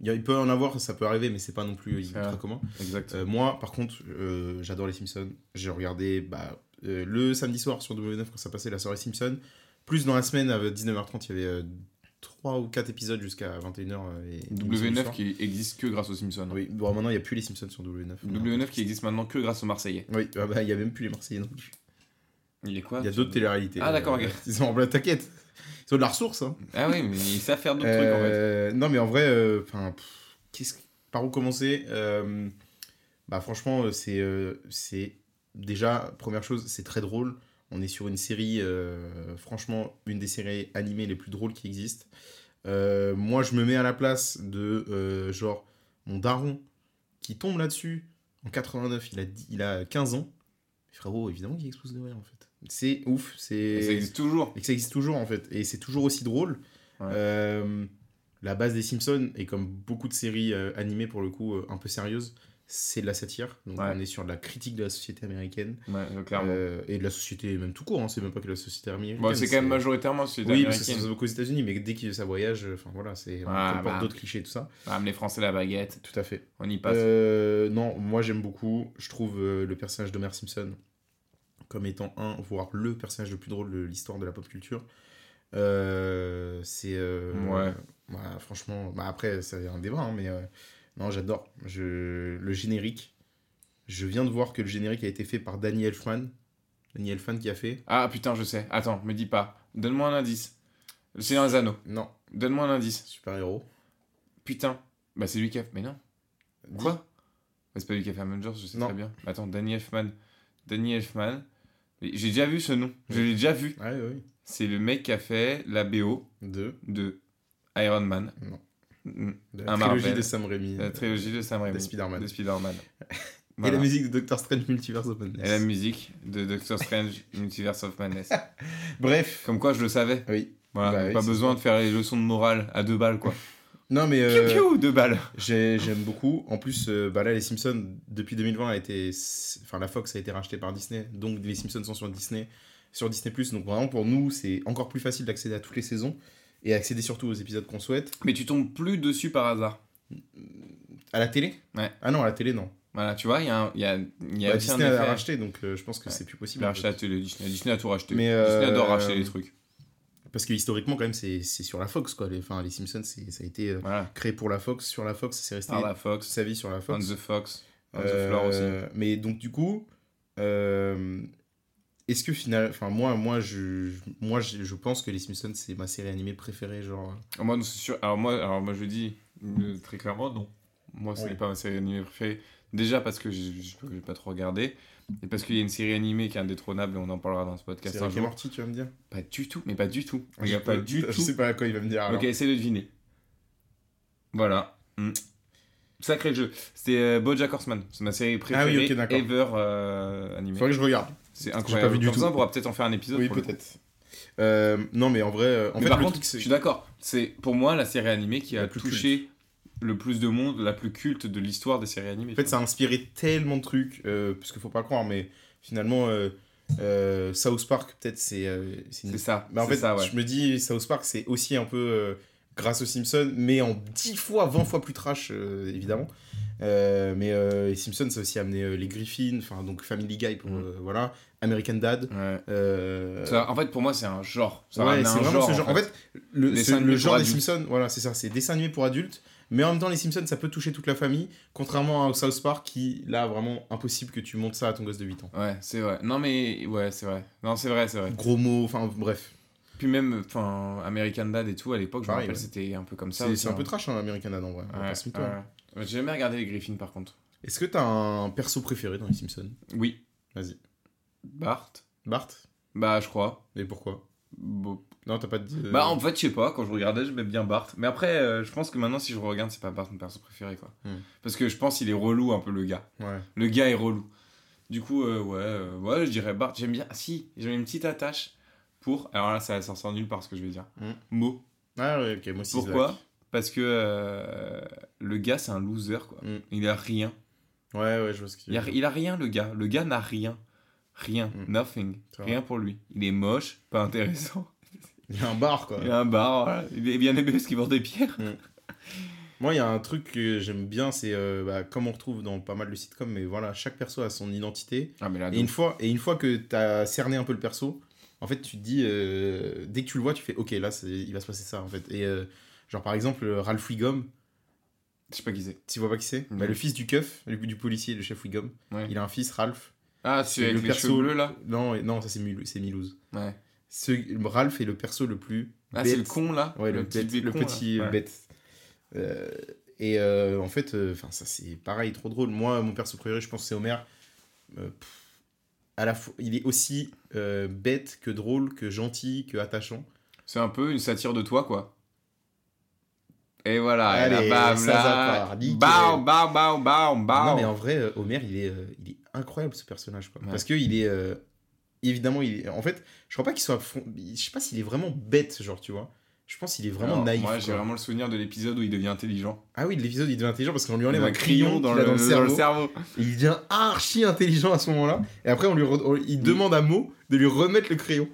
Speaker 3: il y a- il peut en avoir, ça peut arriver, mais c'est pas non plus
Speaker 4: C'est
Speaker 3: ultra
Speaker 4: vrai.
Speaker 3: commun.
Speaker 4: Exact.
Speaker 3: Euh, moi, par contre, euh, j'adore Les Simpsons. J'ai regardé bah, euh, le samedi soir sur W9 quand ça passait la soirée Simpson. Plus dans la semaine, à 19h30, il y avait 3 ou 4 épisodes jusqu'à 21h. et- et le
Speaker 4: W9
Speaker 3: soir.
Speaker 4: qui existe que grâce aux Simpsons.
Speaker 3: Oui, bon, maintenant, il n'y a plus Les Simpsons sur W9.
Speaker 4: W9 qui existe maintenant que grâce aux Marseillais.
Speaker 3: Oui, ah bah, il n'y a même plus les Marseillais non plus.
Speaker 4: Il est quoi
Speaker 3: Il y a d'autres télé-réalités.
Speaker 4: Ah, d'accord, ok.
Speaker 3: Ils sont en plein, t'inquiète. Ils ont de la ressource. Hein.
Speaker 4: Ah oui, mais ils savent faire d'autres trucs en fait.
Speaker 3: Euh, non, mais en vrai, euh, 'fin, pff, qu'est-ce que- par où commencer Euh, Bah franchement, euh, c'est euh, c'est déjà première chose, c'est très drôle. On est sur une série, euh, franchement, une des séries animées les plus drôles qui existent. Euh, moi, je me mets à la place de euh, genre mon daron qui tombe là-dessus en 89. Il a dix- il a 15 ans. Frérot, évidemment qu'il explose de rire en fait. C'est ouf,
Speaker 4: Et ça
Speaker 3: c'est
Speaker 4: existe toujours.
Speaker 3: et que ça existe toujours en fait et c'est toujours aussi drôle
Speaker 4: Ouais.
Speaker 3: Euh, la base des Simpsons et comme beaucoup de séries euh, animées pour le coup euh, un peu sérieuses c'est de la satire donc
Speaker 4: Ouais.
Speaker 3: on est sur de la critique de la société américaine
Speaker 4: Ouais, clairement.
Speaker 3: euh, et de la société même tout court hein, c'est même pas que la société américaine
Speaker 4: Bon, c'est quand même majoritairement c'est
Speaker 3: oui, parce que ça
Speaker 4: américaine.
Speaker 3: se voit qu'aux États-Unis, mais dès que ça voyage, euh, enfin voilà, c'est on
Speaker 4: Ah,
Speaker 3: comporte
Speaker 4: bah.
Speaker 3: d'autres clichés, tout ça.
Speaker 4: Ah, mais les Français la baguette,
Speaker 3: Tout à fait.
Speaker 4: on y passe.
Speaker 3: Euh, non, moi j'aime beaucoup. Je trouve euh, le personnage d'Homer Simpson comme étant un, voire le personnage le plus drôle de l'histoire de la pop culture. Euh, c'est. euh,
Speaker 4: Ouais.
Speaker 3: bah, franchement, bah, après, ça a un débat, hein, mais euh, non, j'adore. Je... Le générique. Je viens de voir que le générique a été fait par Danny Elfman. Danny Elfman qui a fait.
Speaker 4: Ah putain, je sais. Attends, me dis pas. Donne-moi un indice. Le Seigneur des Anneaux.
Speaker 3: Non,
Speaker 4: Donne-moi un indice.
Speaker 3: super-héros.
Speaker 4: Putain. Bah c'est lui qui a. Mais non. Quoi Bah, C'est pas lui qui a fait Avengers, je sais
Speaker 3: Non.
Speaker 4: très bien. Mais Attends, Danny Elfman. Danny Elfman. Mais J'ai déjà vu ce nom. Je l'ai déjà vu.
Speaker 3: Ouais, oui.
Speaker 4: C'est le mec qui a fait la BO
Speaker 3: Deux.
Speaker 4: de Iron Man.
Speaker 3: Non.
Speaker 4: Mm,
Speaker 3: De la
Speaker 4: Un
Speaker 3: trilogie
Speaker 4: Marvel.
Speaker 3: de Sam Raimi. euh,
Speaker 4: La trilogie de Sam Raimi.
Speaker 3: De Spider-Man.
Speaker 4: De Spider-Man.
Speaker 3: Et
Speaker 4: Voilà.
Speaker 3: la musique de Doctor Strange Multiverse Open.
Speaker 4: Et la musique de Doctor Strange Multiverse of Madness.
Speaker 3: Bref.
Speaker 4: Comme quoi, je le savais.
Speaker 3: Oui.
Speaker 4: Voilà,
Speaker 3: Bah oui,
Speaker 4: pas
Speaker 3: c'est
Speaker 4: besoin de faire les leçons de morale à deux balles, quoi.
Speaker 3: Non, mais.
Speaker 4: Piou,
Speaker 3: euh,
Speaker 4: piou, deux balles.
Speaker 3: J'ai- J'aime beaucoup. En plus, euh, bah là, les Simpsons, depuis 2020, a été... enfin, la Fox a été rachetée par Disney. Donc, les Simpsons sont sur Disney, sur Disney+. Donc, vraiment, pour nous, c'est encore plus facile d'accéder à toutes les saisons et accéder surtout aux épisodes qu'on souhaite.
Speaker 4: Mais tu tombes plus dessus par hasard.
Speaker 3: À la télé
Speaker 4: Ouais.
Speaker 3: Ah non, à la télé, non.
Speaker 4: Voilà, tu vois, il y a, un- il y a, il y a
Speaker 3: Bah,
Speaker 4: aussi un
Speaker 3: Disney l'a
Speaker 4: effet.
Speaker 3: racheté, donc euh, je pense que
Speaker 4: Ouais.
Speaker 3: c'est plus possible.
Speaker 4: Il a
Speaker 3: en
Speaker 4: racheté
Speaker 3: fait.
Speaker 4: la télé, Disney. Disney a tout racheté.
Speaker 3: Mais,
Speaker 4: Disney adore
Speaker 3: euh,
Speaker 4: racheter les trucs.
Speaker 3: Parce que historiquement, quand même, c'est c'est sur la Fox, quoi. Les, enfin, les Simpsons, c'est- ça a été euh,
Speaker 4: Voilà.
Speaker 3: créé pour la Fox, sur la Fox, c'est resté
Speaker 4: Par la
Speaker 3: toute
Speaker 4: Fox,
Speaker 3: sa vie sur la
Speaker 4: On
Speaker 3: Fox.
Speaker 4: the Fox, On Ah, the
Speaker 3: Euh,
Speaker 4: Floor aussi.
Speaker 3: Mais donc du coup, euh, est-ce que finalement, enfin moi, moi je, je- moi je, je pense que les Simpsons c'est ma série animée préférée, genre. euh,
Speaker 4: Alors moi, non, c'est sûr. Alors moi, alors moi, je dis euh, très clairement non. Moi, ce
Speaker 3: Oui.
Speaker 4: n'est pas ma série animée préférée. Déjà parce que je n'ai pas trop regardé. Et parce qu'il y a une série animée qui est indétrônable et on en parlera dans ce podcast
Speaker 3: C'est
Speaker 4: un
Speaker 3: Rick et
Speaker 4: jour.
Speaker 3: Morty, tu vas me dire
Speaker 4: Pas du tout, mais pas du tout. Il y a pas
Speaker 3: peux-
Speaker 4: du
Speaker 3: Je
Speaker 4: tout.
Speaker 3: sais pas à quoi il va me dire. alors.
Speaker 4: Ok, essaie de deviner. Voilà. Mm. Sacré jeu. C'était euh, BoJack Horseman. C'est ma série
Speaker 3: Ah oui,
Speaker 4: préférée
Speaker 3: ok, d'accord.
Speaker 4: ever euh, animée.
Speaker 3: Faudrait que je regarde.
Speaker 4: C'est
Speaker 3: pas
Speaker 4: incroyable.
Speaker 3: vu du
Speaker 4: Comme
Speaker 3: tout.
Speaker 4: ça, on pourra peut-être en faire un épisode.
Speaker 3: Oui,
Speaker 4: pour le
Speaker 3: peut-être. Euh, non, mais en vrai, euh, en
Speaker 4: mais
Speaker 3: fait,
Speaker 4: par
Speaker 3: le
Speaker 4: contre,
Speaker 3: truc,
Speaker 4: je
Speaker 3: c'est-
Speaker 4: suis d'accord. C'est pour moi la série animée qui
Speaker 3: La
Speaker 4: a
Speaker 3: plus
Speaker 4: touché le plus de monde, la plus culte de l'histoire des séries animées.
Speaker 3: En fait, ça a inspiré tellement de trucs, euh, parce qu'il faut pas le croire, mais finalement, euh, euh, South Park, peut-être, c'est euh, c'est une
Speaker 4: c'est ça.
Speaker 3: Bah, en
Speaker 4: c'est
Speaker 3: fait,
Speaker 4: ça, ouais.
Speaker 3: je me dis, South Park, c'est aussi un peu euh, grâce aux Simpsons, mais en 10 fois, 20 fois plus trash, euh, évidemment. Euh, mais euh, les Simpsons, ça a aussi amené euh, les Griffins, enfin, donc Family Guy, pour,
Speaker 4: Mm.
Speaker 3: euh, voilà, American Dad.
Speaker 4: Ouais.
Speaker 3: euh,
Speaker 4: Ça, en fait, pour moi, c'est un genre. Ça
Speaker 3: ouais,
Speaker 4: ramène
Speaker 3: c'est
Speaker 4: un
Speaker 3: vraiment
Speaker 4: genre,
Speaker 3: ce genre. En fait, le,
Speaker 4: Dessin
Speaker 3: ce-
Speaker 4: animé
Speaker 3: le
Speaker 4: pour
Speaker 3: genre des
Speaker 4: adultes.
Speaker 3: Simpsons, voilà, c'est ça, c'est dessin animé pour adultes. Mais en même temps, les Simpsons, ça peut toucher toute la famille, contrairement à South Park, qui, là, vraiment, impossible que tu montes ça à ton gosse de 8 ans.
Speaker 4: Ouais, c'est vrai. Non, mais ouais, c'est vrai. Non, c'est vrai, c'est vrai.
Speaker 3: Gros mots, enfin, bref.
Speaker 4: Puis même, enfin, American Dad et tout, à l'époque, je me
Speaker 3: Pareil,
Speaker 4: rappelle,
Speaker 3: ouais.
Speaker 4: c'était un peu comme ça.
Speaker 3: C'est
Speaker 4: aussi,
Speaker 3: c'est un
Speaker 4: hein.
Speaker 3: peu trash, hein, American Dad, en vrai. on va
Speaker 4: Ouais,
Speaker 3: pas se mytho, hein.
Speaker 4: ouais. Ouais, J'ai jamais regardé les Griffins, par contre.
Speaker 3: Est-ce que t'as un perso préféré dans les Simpsons
Speaker 4: Oui.
Speaker 3: Vas-y.
Speaker 4: Bart
Speaker 3: Bart
Speaker 4: Bah, je crois.
Speaker 3: Et pourquoi
Speaker 4: Bon.
Speaker 3: Non, t'as pas de.
Speaker 4: Bah, en fait, je sais pas, quand je regardais, j'aimais bien Bart. Mais après, euh, je pense que maintenant, si je regarde, c'est pas Bart mon perso préféré, quoi.
Speaker 3: Hmm.
Speaker 4: Parce que je pense qu'il est relou un peu, le gars.
Speaker 3: Ouais.
Speaker 4: Le gars est relou. Du coup, euh, ouais, euh, ouais, je dirais Bart. J'aime bien. Ah, si, j'ai une petite attache pour. Alors là, ça, ça sort nul parce que je vais dire.
Speaker 3: Hmm.
Speaker 4: Mo.
Speaker 3: Ah, ouais, ok, moi aussi.
Speaker 4: Pourquoi Parce que euh, le gars, c'est un loser, quoi.
Speaker 3: Hmm.
Speaker 4: Il a rien.
Speaker 3: c'est vrai. Ouais, ouais, je vois ce que tu
Speaker 4: Il a, il a rien, le gars. Le gars n'a rien. Rien.
Speaker 3: Mm.
Speaker 4: Nothing.
Speaker 3: C'est vrai.
Speaker 4: Rien pour lui. Il est moche, pas intéressant.
Speaker 3: Il y a un bar, quoi.
Speaker 4: Il a un bar, voilà. il est bien aimé parce qu'il vend des pierres.
Speaker 3: Moi, il y a un truc que j'aime bien, c'est euh, bah, comme on retrouve dans pas mal de sitcoms, mais voilà, chaque perso a son identité.
Speaker 4: Ah, mais là,
Speaker 3: Et une, fois, et une fois que t'as cerné un peu le perso, en fait, tu te dis, euh, dès que tu le vois, tu fais, ok, là, c'est- il va se passer ça, en fait. Et euh, genre, par exemple, Ralph Wiggum,
Speaker 4: je sais pas qui c'est.
Speaker 3: tu vois pas qui c'est
Speaker 4: Non.
Speaker 3: Bah, Le fils du keuf, du, du policier, le chef Wiggum.
Speaker 4: Ouais.
Speaker 3: Il a un fils, Ralph.
Speaker 4: Ah, c'est
Speaker 3: Et
Speaker 4: avec
Speaker 3: le
Speaker 4: les
Speaker 3: perso-
Speaker 4: cheveux bleus là
Speaker 3: Non, et- non ça c'est Milou- c'est Milouz.
Speaker 4: Ouais.
Speaker 3: Ce, Ralph est le perso le plus.
Speaker 4: Ah, c'est
Speaker 3: bête.
Speaker 4: le con là
Speaker 3: Ouais, le,
Speaker 4: petit,
Speaker 3: bête- le
Speaker 4: con, là.
Speaker 3: petit
Speaker 4: Ouais.
Speaker 3: bête. Euh, et euh, en fait, euh, 'fin, ça c'est pareil, trop drôle. Moi, mon perso préféré, je pense, c'est Homer. Euh, pff, à la fois, il est aussi euh, bête que drôle, que gentil, que attachant.
Speaker 4: C'est un peu une satire de toi quoi. Et voilà, et
Speaker 3: Allez,
Speaker 4: la bam
Speaker 3: ça, ça
Speaker 4: là.
Speaker 3: part, nickel.
Speaker 4: Bam, bam, bam, bam,
Speaker 3: Non,
Speaker 4: bam.
Speaker 3: mais en vrai, euh, Homer, il est, euh, il est incroyable ce personnage. Quoi.
Speaker 4: Ouais.
Speaker 3: Parce que il est. euh, évidemment, il est- en fait, je crois pas qu'il soit. à fond- Je sais pas s'il est vraiment bête, genre, tu vois. Je pense qu'il est vraiment
Speaker 4: Alors,
Speaker 3: naïf.
Speaker 4: Moi j'ai
Speaker 3: quoi.
Speaker 4: vraiment le souvenir de l'épisode où il devient intelligent.
Speaker 3: Ah oui, de l'épisode, il devient intelligent parce qu'on lui enlève
Speaker 4: Il a
Speaker 3: un crayon qu'il a dans le cerveau.
Speaker 4: cerveau.
Speaker 3: Et il devient archi intelligent à ce moment-là. Et après, on lui re- on- il demande à Mo de lui remettre le crayon.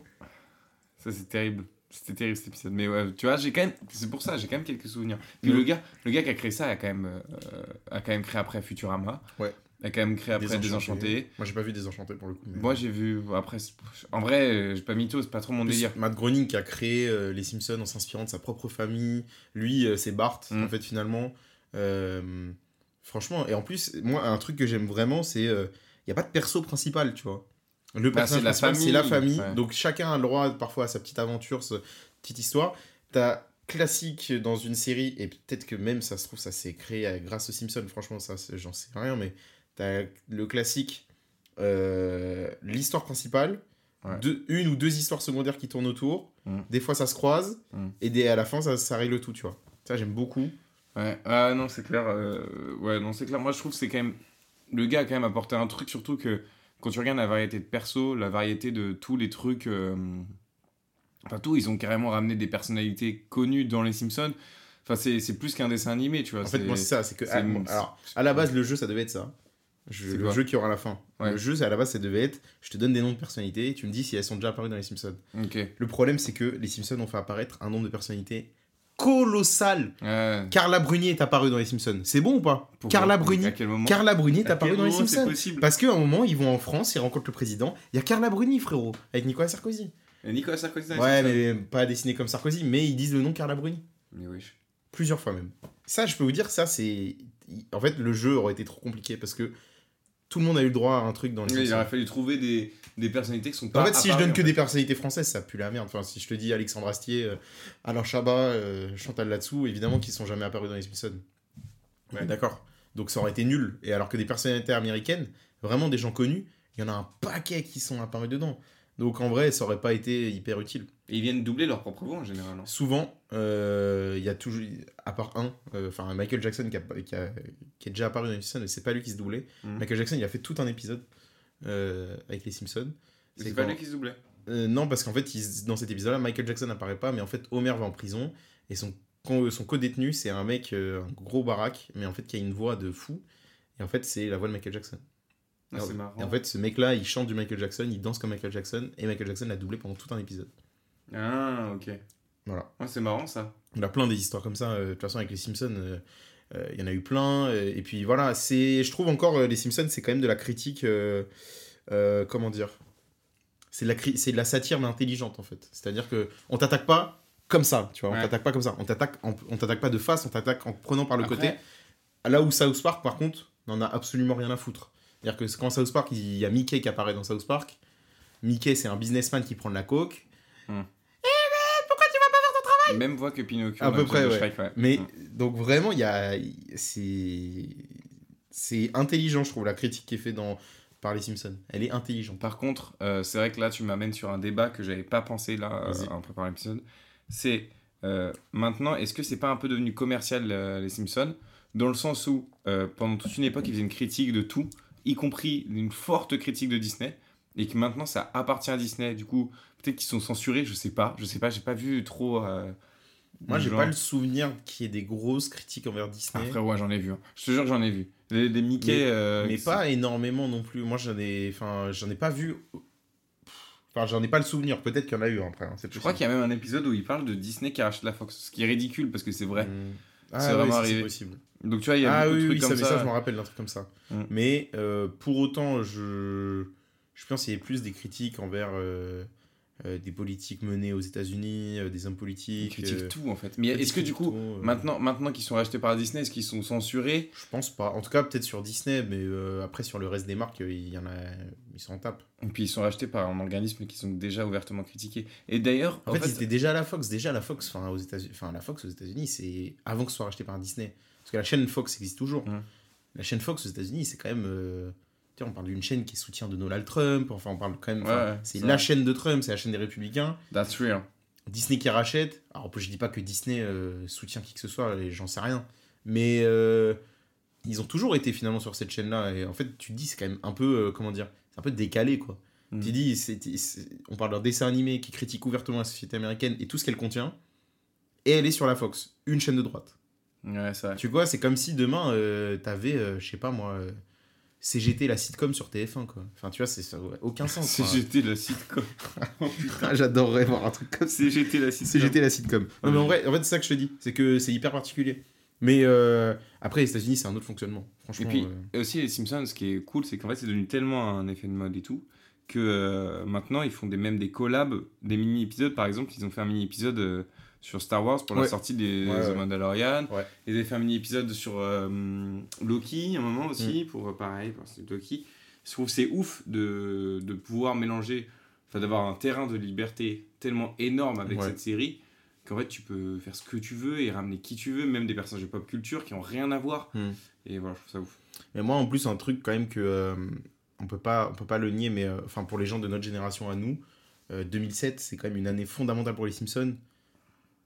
Speaker 4: Ça c'est terrible. C'était terrible cet épisode. Mais ouais, tu vois, j'ai quand même. C'est pour ça, j'ai quand même quelques souvenirs. Puis
Speaker 3: Mm.
Speaker 4: le gars, le gars qui a créé ça a quand même, euh, a quand même créé après Futurama.
Speaker 3: Ouais.
Speaker 4: A quand même créé après
Speaker 3: Désenchanté.
Speaker 4: Désenchanté.
Speaker 3: Moi, j'ai pas vu Désenchanté pour le coup. mais-
Speaker 4: Moi j'ai vu après. c'est- En vrai, euh, j'ai pas mytho, c'est pas trop mon
Speaker 3: En plus,
Speaker 4: délire.
Speaker 3: Matt Groening qui a créé euh, Les Simpsons en s'inspirant de sa propre famille. Lui, euh, c'est Bart,
Speaker 4: Mm.
Speaker 3: en fait, finalement. Euh, franchement, et en plus, moi, un truc que j'aime vraiment, c'est. Il n'y a pas de perso principal, tu vois. Le
Speaker 4: Bah, c'est
Speaker 3: personnage
Speaker 4: la
Speaker 3: principal, c'est
Speaker 4: famille.
Speaker 3: la famille.
Speaker 4: Ouais.
Speaker 3: Donc, chacun a le droit, parfois, à sa petite aventure, sa petite histoire. T'as classique dans une série, et peut-être que même, ça se trouve, ça s'est créé euh, grâce aux Simpsons. Franchement, ça, c'est- j'en sais rien, mais t'as le classique, euh, l'histoire principale,
Speaker 4: Ouais.
Speaker 3: deux- une ou deux histoires secondaires qui tournent autour.
Speaker 4: Mm.
Speaker 3: Des fois, ça se croise.
Speaker 4: Mm.
Speaker 3: Et des- à la fin, ça, ça règle tout, tu vois. Ça, j'aime beaucoup.
Speaker 4: Ouais, ah non, c'est clair. euh, Ouais, non, c'est clair. Moi, je trouve que c'est quand même. Le gars a quand même apporté un truc, surtout que quand tu regardes la variété de persos, la variété de tous les trucs. euh, Enfin, tout, ils ont carrément ramené des personnalités connues dans les Simpsons. Enfin, c'est c'est plus qu'un dessin animé, tu vois.
Speaker 3: en fait, moi, c'est ça. C'est que.
Speaker 4: c'est-
Speaker 3: ah, bon, alors, à la base, le jeu, ça devait être ça. Je-
Speaker 4: C'est
Speaker 3: le
Speaker 4: quoi
Speaker 3: jeu qui aura la fin.
Speaker 4: Ouais.
Speaker 3: Le jeu, c'est- à la base, ça devait être je te donne des noms de personnalités et tu me dis si elles sont déjà apparues dans les Simpsons.
Speaker 4: Ok.
Speaker 3: Le problème, c'est que les Simpsons ont fait apparaître un nombre de personnalités colossal.
Speaker 4: Ouais.
Speaker 3: Carla Bruni est apparue dans les Simpsons. C'est bon ou pas
Speaker 4: Pourquoi
Speaker 3: Carla Bruni.
Speaker 4: À quel moment
Speaker 3: Carla Bruni
Speaker 4: À
Speaker 3: est
Speaker 4: quel
Speaker 3: apparue dans les
Speaker 4: moment c'est
Speaker 3: Simpsons.
Speaker 4: possible
Speaker 3: Parce qu'à un moment, ils vont en France, ils rencontrent le président. Il y a Carla Bruni, frérot, avec Nicolas Sarkozy.
Speaker 4: Et Nicolas Sarkozy dans les
Speaker 3: Ouais,
Speaker 4: Simpsons
Speaker 3: mais pas dessiné comme Sarkozy, mais ils disent le nom Carla Bruni.
Speaker 4: Mais wesh.
Speaker 3: Plusieurs fois même. Ça, je peux vous dire, ça, c'est. En fait, le jeu aurait été trop compliqué parce que tout le monde a eu le droit à un truc dans les
Speaker 4: Il
Speaker 3: Simpsons.
Speaker 4: aurait fallu trouver des, des personnalités qui sont pas.
Speaker 3: En fait, si je
Speaker 4: apparues,
Speaker 3: donne
Speaker 4: en
Speaker 3: que
Speaker 4: fait.
Speaker 3: des personnalités françaises, ça pue la merde. Enfin, si je te dis Alexandre Astier, euh, Alain Chabat, euh, Chantal Latsou, évidemment qu'ils sont jamais apparus dans les Simpsons. Ouais, d'accord. Donc ça aurait été nul. Et alors que des personnalités américaines, vraiment des gens connus, il y en a un paquet qui sont apparus dedans. Donc en vrai, ça aurait pas été hyper utile.
Speaker 4: Ils viennent doubler leur propre voix en général. hein.
Speaker 3: Souvent, euh, il y a toujours, à part un, euh, enfin Michael Jackson qui, a- qui a- qui est déjà apparu dans les Simpsons, mais c'est pas lui qui se doublait.
Speaker 4: Mhm.
Speaker 3: Michael Jackson, il a fait tout un épisode euh, avec les Simpsons.
Speaker 4: C'est pas
Speaker 3: quand-
Speaker 4: lui qui se doublait.
Speaker 3: euh, non, parce qu'en fait, ils- dans cet épisode-là, Michael Jackson n'apparaît pas, mais en fait, Homer va en prison et son, co- son co-détenu, c'est un mec, euh, un gros baraque, mais en fait, qui a une voix de fou. Et en fait, c'est la voix de Michael Jackson.
Speaker 4: Ah, c'est marrant.
Speaker 3: Et en fait, ce mec-là, il chante du Michael Jackson, il danse comme Michael Jackson, et Michael Jackson l'a doublé pendant tout un épisode.
Speaker 4: Ah, ok.
Speaker 3: Voilà.
Speaker 4: Ouais, c'est marrant ça.
Speaker 3: On a plein des histoires comme ça. euh, De toute façon, avec les Simpsons, euh, euh, il y en a eu plein. euh, et puis voilà, c'est, je trouve encore, euh, les Simpsons, c'est quand même de la critique. euh, euh, comment dire c'est de, la cri- c'est de la satire, mais intelligente, en fait. C'est-à-dire que on t'attaque pas comme ça, tu vois. On
Speaker 4: Ouais.
Speaker 3: t'attaque pas comme ça. On t'attaque, en- on t'attaque pas de face, on t'attaque en prenant par le
Speaker 4: Après,
Speaker 3: côté. Là où South Park, par contre, n'en a absolument rien à foutre. C'est-à-dire que quand South Park, il y a Mickey qui apparaît dans South Park. Mickey, c'est un businessman qui prend de la coke.
Speaker 4: Même voix que Pinocchio.
Speaker 3: À
Speaker 4: dans
Speaker 3: peu
Speaker 4: l'épisode
Speaker 3: près,
Speaker 4: de
Speaker 3: ouais.
Speaker 4: Shrek, ouais. Mm.
Speaker 3: Mais
Speaker 4: Ouais.
Speaker 3: donc vraiment, il y a c'est c'est intelligent, je trouve, la critique qui est faite dans par les Simpsons. Elle est intelligente.
Speaker 4: Par contre, euh, c'est vrai que là, tu m'amènes sur un débat que j'avais pas pensé là euh,
Speaker 3: Vas-y.
Speaker 4: en préparant l'épisode. C'est euh, maintenant, est-ce que c'est pas un peu devenu commercial euh, les Simpsons Dans le sens où, euh, pendant toute une époque, ils faisaient une critique de tout, y compris une forte critique de Disney, et que maintenant ça appartient à Disney. Du coup, peut-être qu'ils sont censurés, je sais pas. Je sais pas, j'ai pas vu trop. euh,
Speaker 3: Moi, j'ai
Speaker 4: genre-
Speaker 3: pas le souvenir qu'il y ait des grosses critiques envers
Speaker 4: Ah
Speaker 3: Disney,
Speaker 4: frère, ouais, j'en ai vu. hein. Je te jure, que j'en ai vu. Les, les Mickey.
Speaker 3: Mais-
Speaker 4: euh,
Speaker 3: mais
Speaker 4: qui
Speaker 3: pas énormément non plus. Moi, j'en ai, enfin, j'en ai pas vu. Enfin, j'en ai pas le souvenir. Peut-être qu'il y en a eu après. hein, c'est
Speaker 4: Je crois
Speaker 3: possible.
Speaker 4: qu'il y a même un épisode où il parle de Disney qui a racheté la Fox, ce qui est ridicule parce que c'est vrai.
Speaker 3: Mm.
Speaker 4: C'est
Speaker 3: Ah, ouais,
Speaker 4: vraiment
Speaker 3: ça,
Speaker 4: arrivé.
Speaker 3: c'est possible.
Speaker 4: Donc tu vois, il y a
Speaker 3: Ah
Speaker 4: beaucoup
Speaker 3: oui,
Speaker 4: de
Speaker 3: oui,
Speaker 4: trucs
Speaker 3: ça,
Speaker 4: comme
Speaker 3: mais ça,
Speaker 4: ça.
Speaker 3: je me rappelle d'un truc comme ça.
Speaker 4: Mm.
Speaker 3: Mais euh, pour autant, je, je pense qu'il y a plus des critiques envers euh, euh, des politiques menées aux États-Unis, euh, des hommes
Speaker 4: Ils
Speaker 3: politiques.
Speaker 4: critiquent
Speaker 3: euh,
Speaker 4: tout en fait. Mais
Speaker 3: ils
Speaker 4: est-ce que du
Speaker 3: critiquent
Speaker 4: coup,
Speaker 3: tout, euh,
Speaker 4: maintenant, maintenant qu'ils sont rachetés par Disney, est-ce qu'ils sont censurés
Speaker 3: Je pense pas. En tout cas, peut-être sur Disney, mais euh, après, sur le reste des marques, euh, il y en a... ils s'en tapent.
Speaker 4: Et puis ils sont rachetés par un organisme qui sont déjà ouvertement critiqués. Et d'ailleurs,
Speaker 3: En, fait, ils étaient déjà à la Fox. Déjà, la Fox, enfin, aux États-Unis, enfin, la Fox aux États-Unis, c'est avant que ce soit racheté par Disney. Parce que la chaîne Fox existe toujours.
Speaker 4: Ouais.
Speaker 3: La chaîne Fox aux États-Unis, c'est quand même. euh, Tu sais, on parle d'une chaîne qui soutient de Donald Trump. Enfin, on parle quand même. enfin,
Speaker 4: Ouais, ouais,
Speaker 3: c'est
Speaker 4: c'est
Speaker 3: la
Speaker 4: vrai.
Speaker 3: chaîne de Trump, c'est la chaîne des Républicains.
Speaker 4: That's real.
Speaker 3: Disney qui rachète. Alors, je dis pas que Disney euh, soutient qui que ce soit, et j'en sais rien. Mais euh, ils ont toujours été finalement sur cette chaîne-là. Et en fait, tu te dis, c'est quand même un peu, euh, comment dire, c'est un peu décalé, quoi.
Speaker 4: Mm.
Speaker 3: Tu dis, c'est- c'est- on parle d'un dessin animé qui critique ouvertement la société américaine et tout ce qu'elle contient. Et elle est sur la Fox, une chaîne de droite.
Speaker 4: Ouais, c'est vrai.
Speaker 3: Tu vois, c'est comme si demain, euh, t'avais, euh, je sais pas moi, euh, CGT, la sitcom sur TF1, quoi. Enfin, tu vois, c'est ça, ouais, aucun sens. quoi.
Speaker 4: CGT la sitcom.
Speaker 3: J'adorerais voir un truc comme ça.
Speaker 4: CGT la sitcom.
Speaker 3: CGT la sitcom. Non, mais en vrai, en fait, c'est ça que je te dis. C'est que c'est hyper particulier. Mais euh, après, les États-Unis, c'est un autre fonctionnement.
Speaker 4: Et
Speaker 3: Franchement.
Speaker 4: puis
Speaker 3: euh,
Speaker 4: et aussi les Simpsons, ce qui est cool, c'est qu'en fait c'est devenu tellement un effet de mode et tout que euh, maintenant ils font des même des collabs, des mini épisodes. Par exemple, ils ont fait un mini épisode euh, sur Star Wars pour
Speaker 3: Ouais.
Speaker 4: la sortie des
Speaker 3: Ouais,
Speaker 4: The
Speaker 3: ouais.
Speaker 4: Mandalorian.
Speaker 3: Ouais.
Speaker 4: Ils avaient fait un mini épisode sur euh, Loki à un moment
Speaker 3: Mm.
Speaker 4: aussi pour euh, pareil pour ce Loki. Je trouve que c'est ouf de, de pouvoir mélanger, enfin d'avoir un terrain de liberté tellement énorme avec
Speaker 3: Ouais.
Speaker 4: cette série qu'en fait tu peux faire ce que tu veux et ramener qui tu veux, même des personnages de pop culture qui ont rien à voir.
Speaker 3: Hmm.
Speaker 4: Et voilà, je trouve ça ouf.
Speaker 3: Mais moi, en plus, un truc quand même que euh, on peut pas, on peut pas le nier, mais euh, enfin pour les gens de notre génération à nous, euh, 2007, c'est quand même une année fondamentale pour les Simpsons.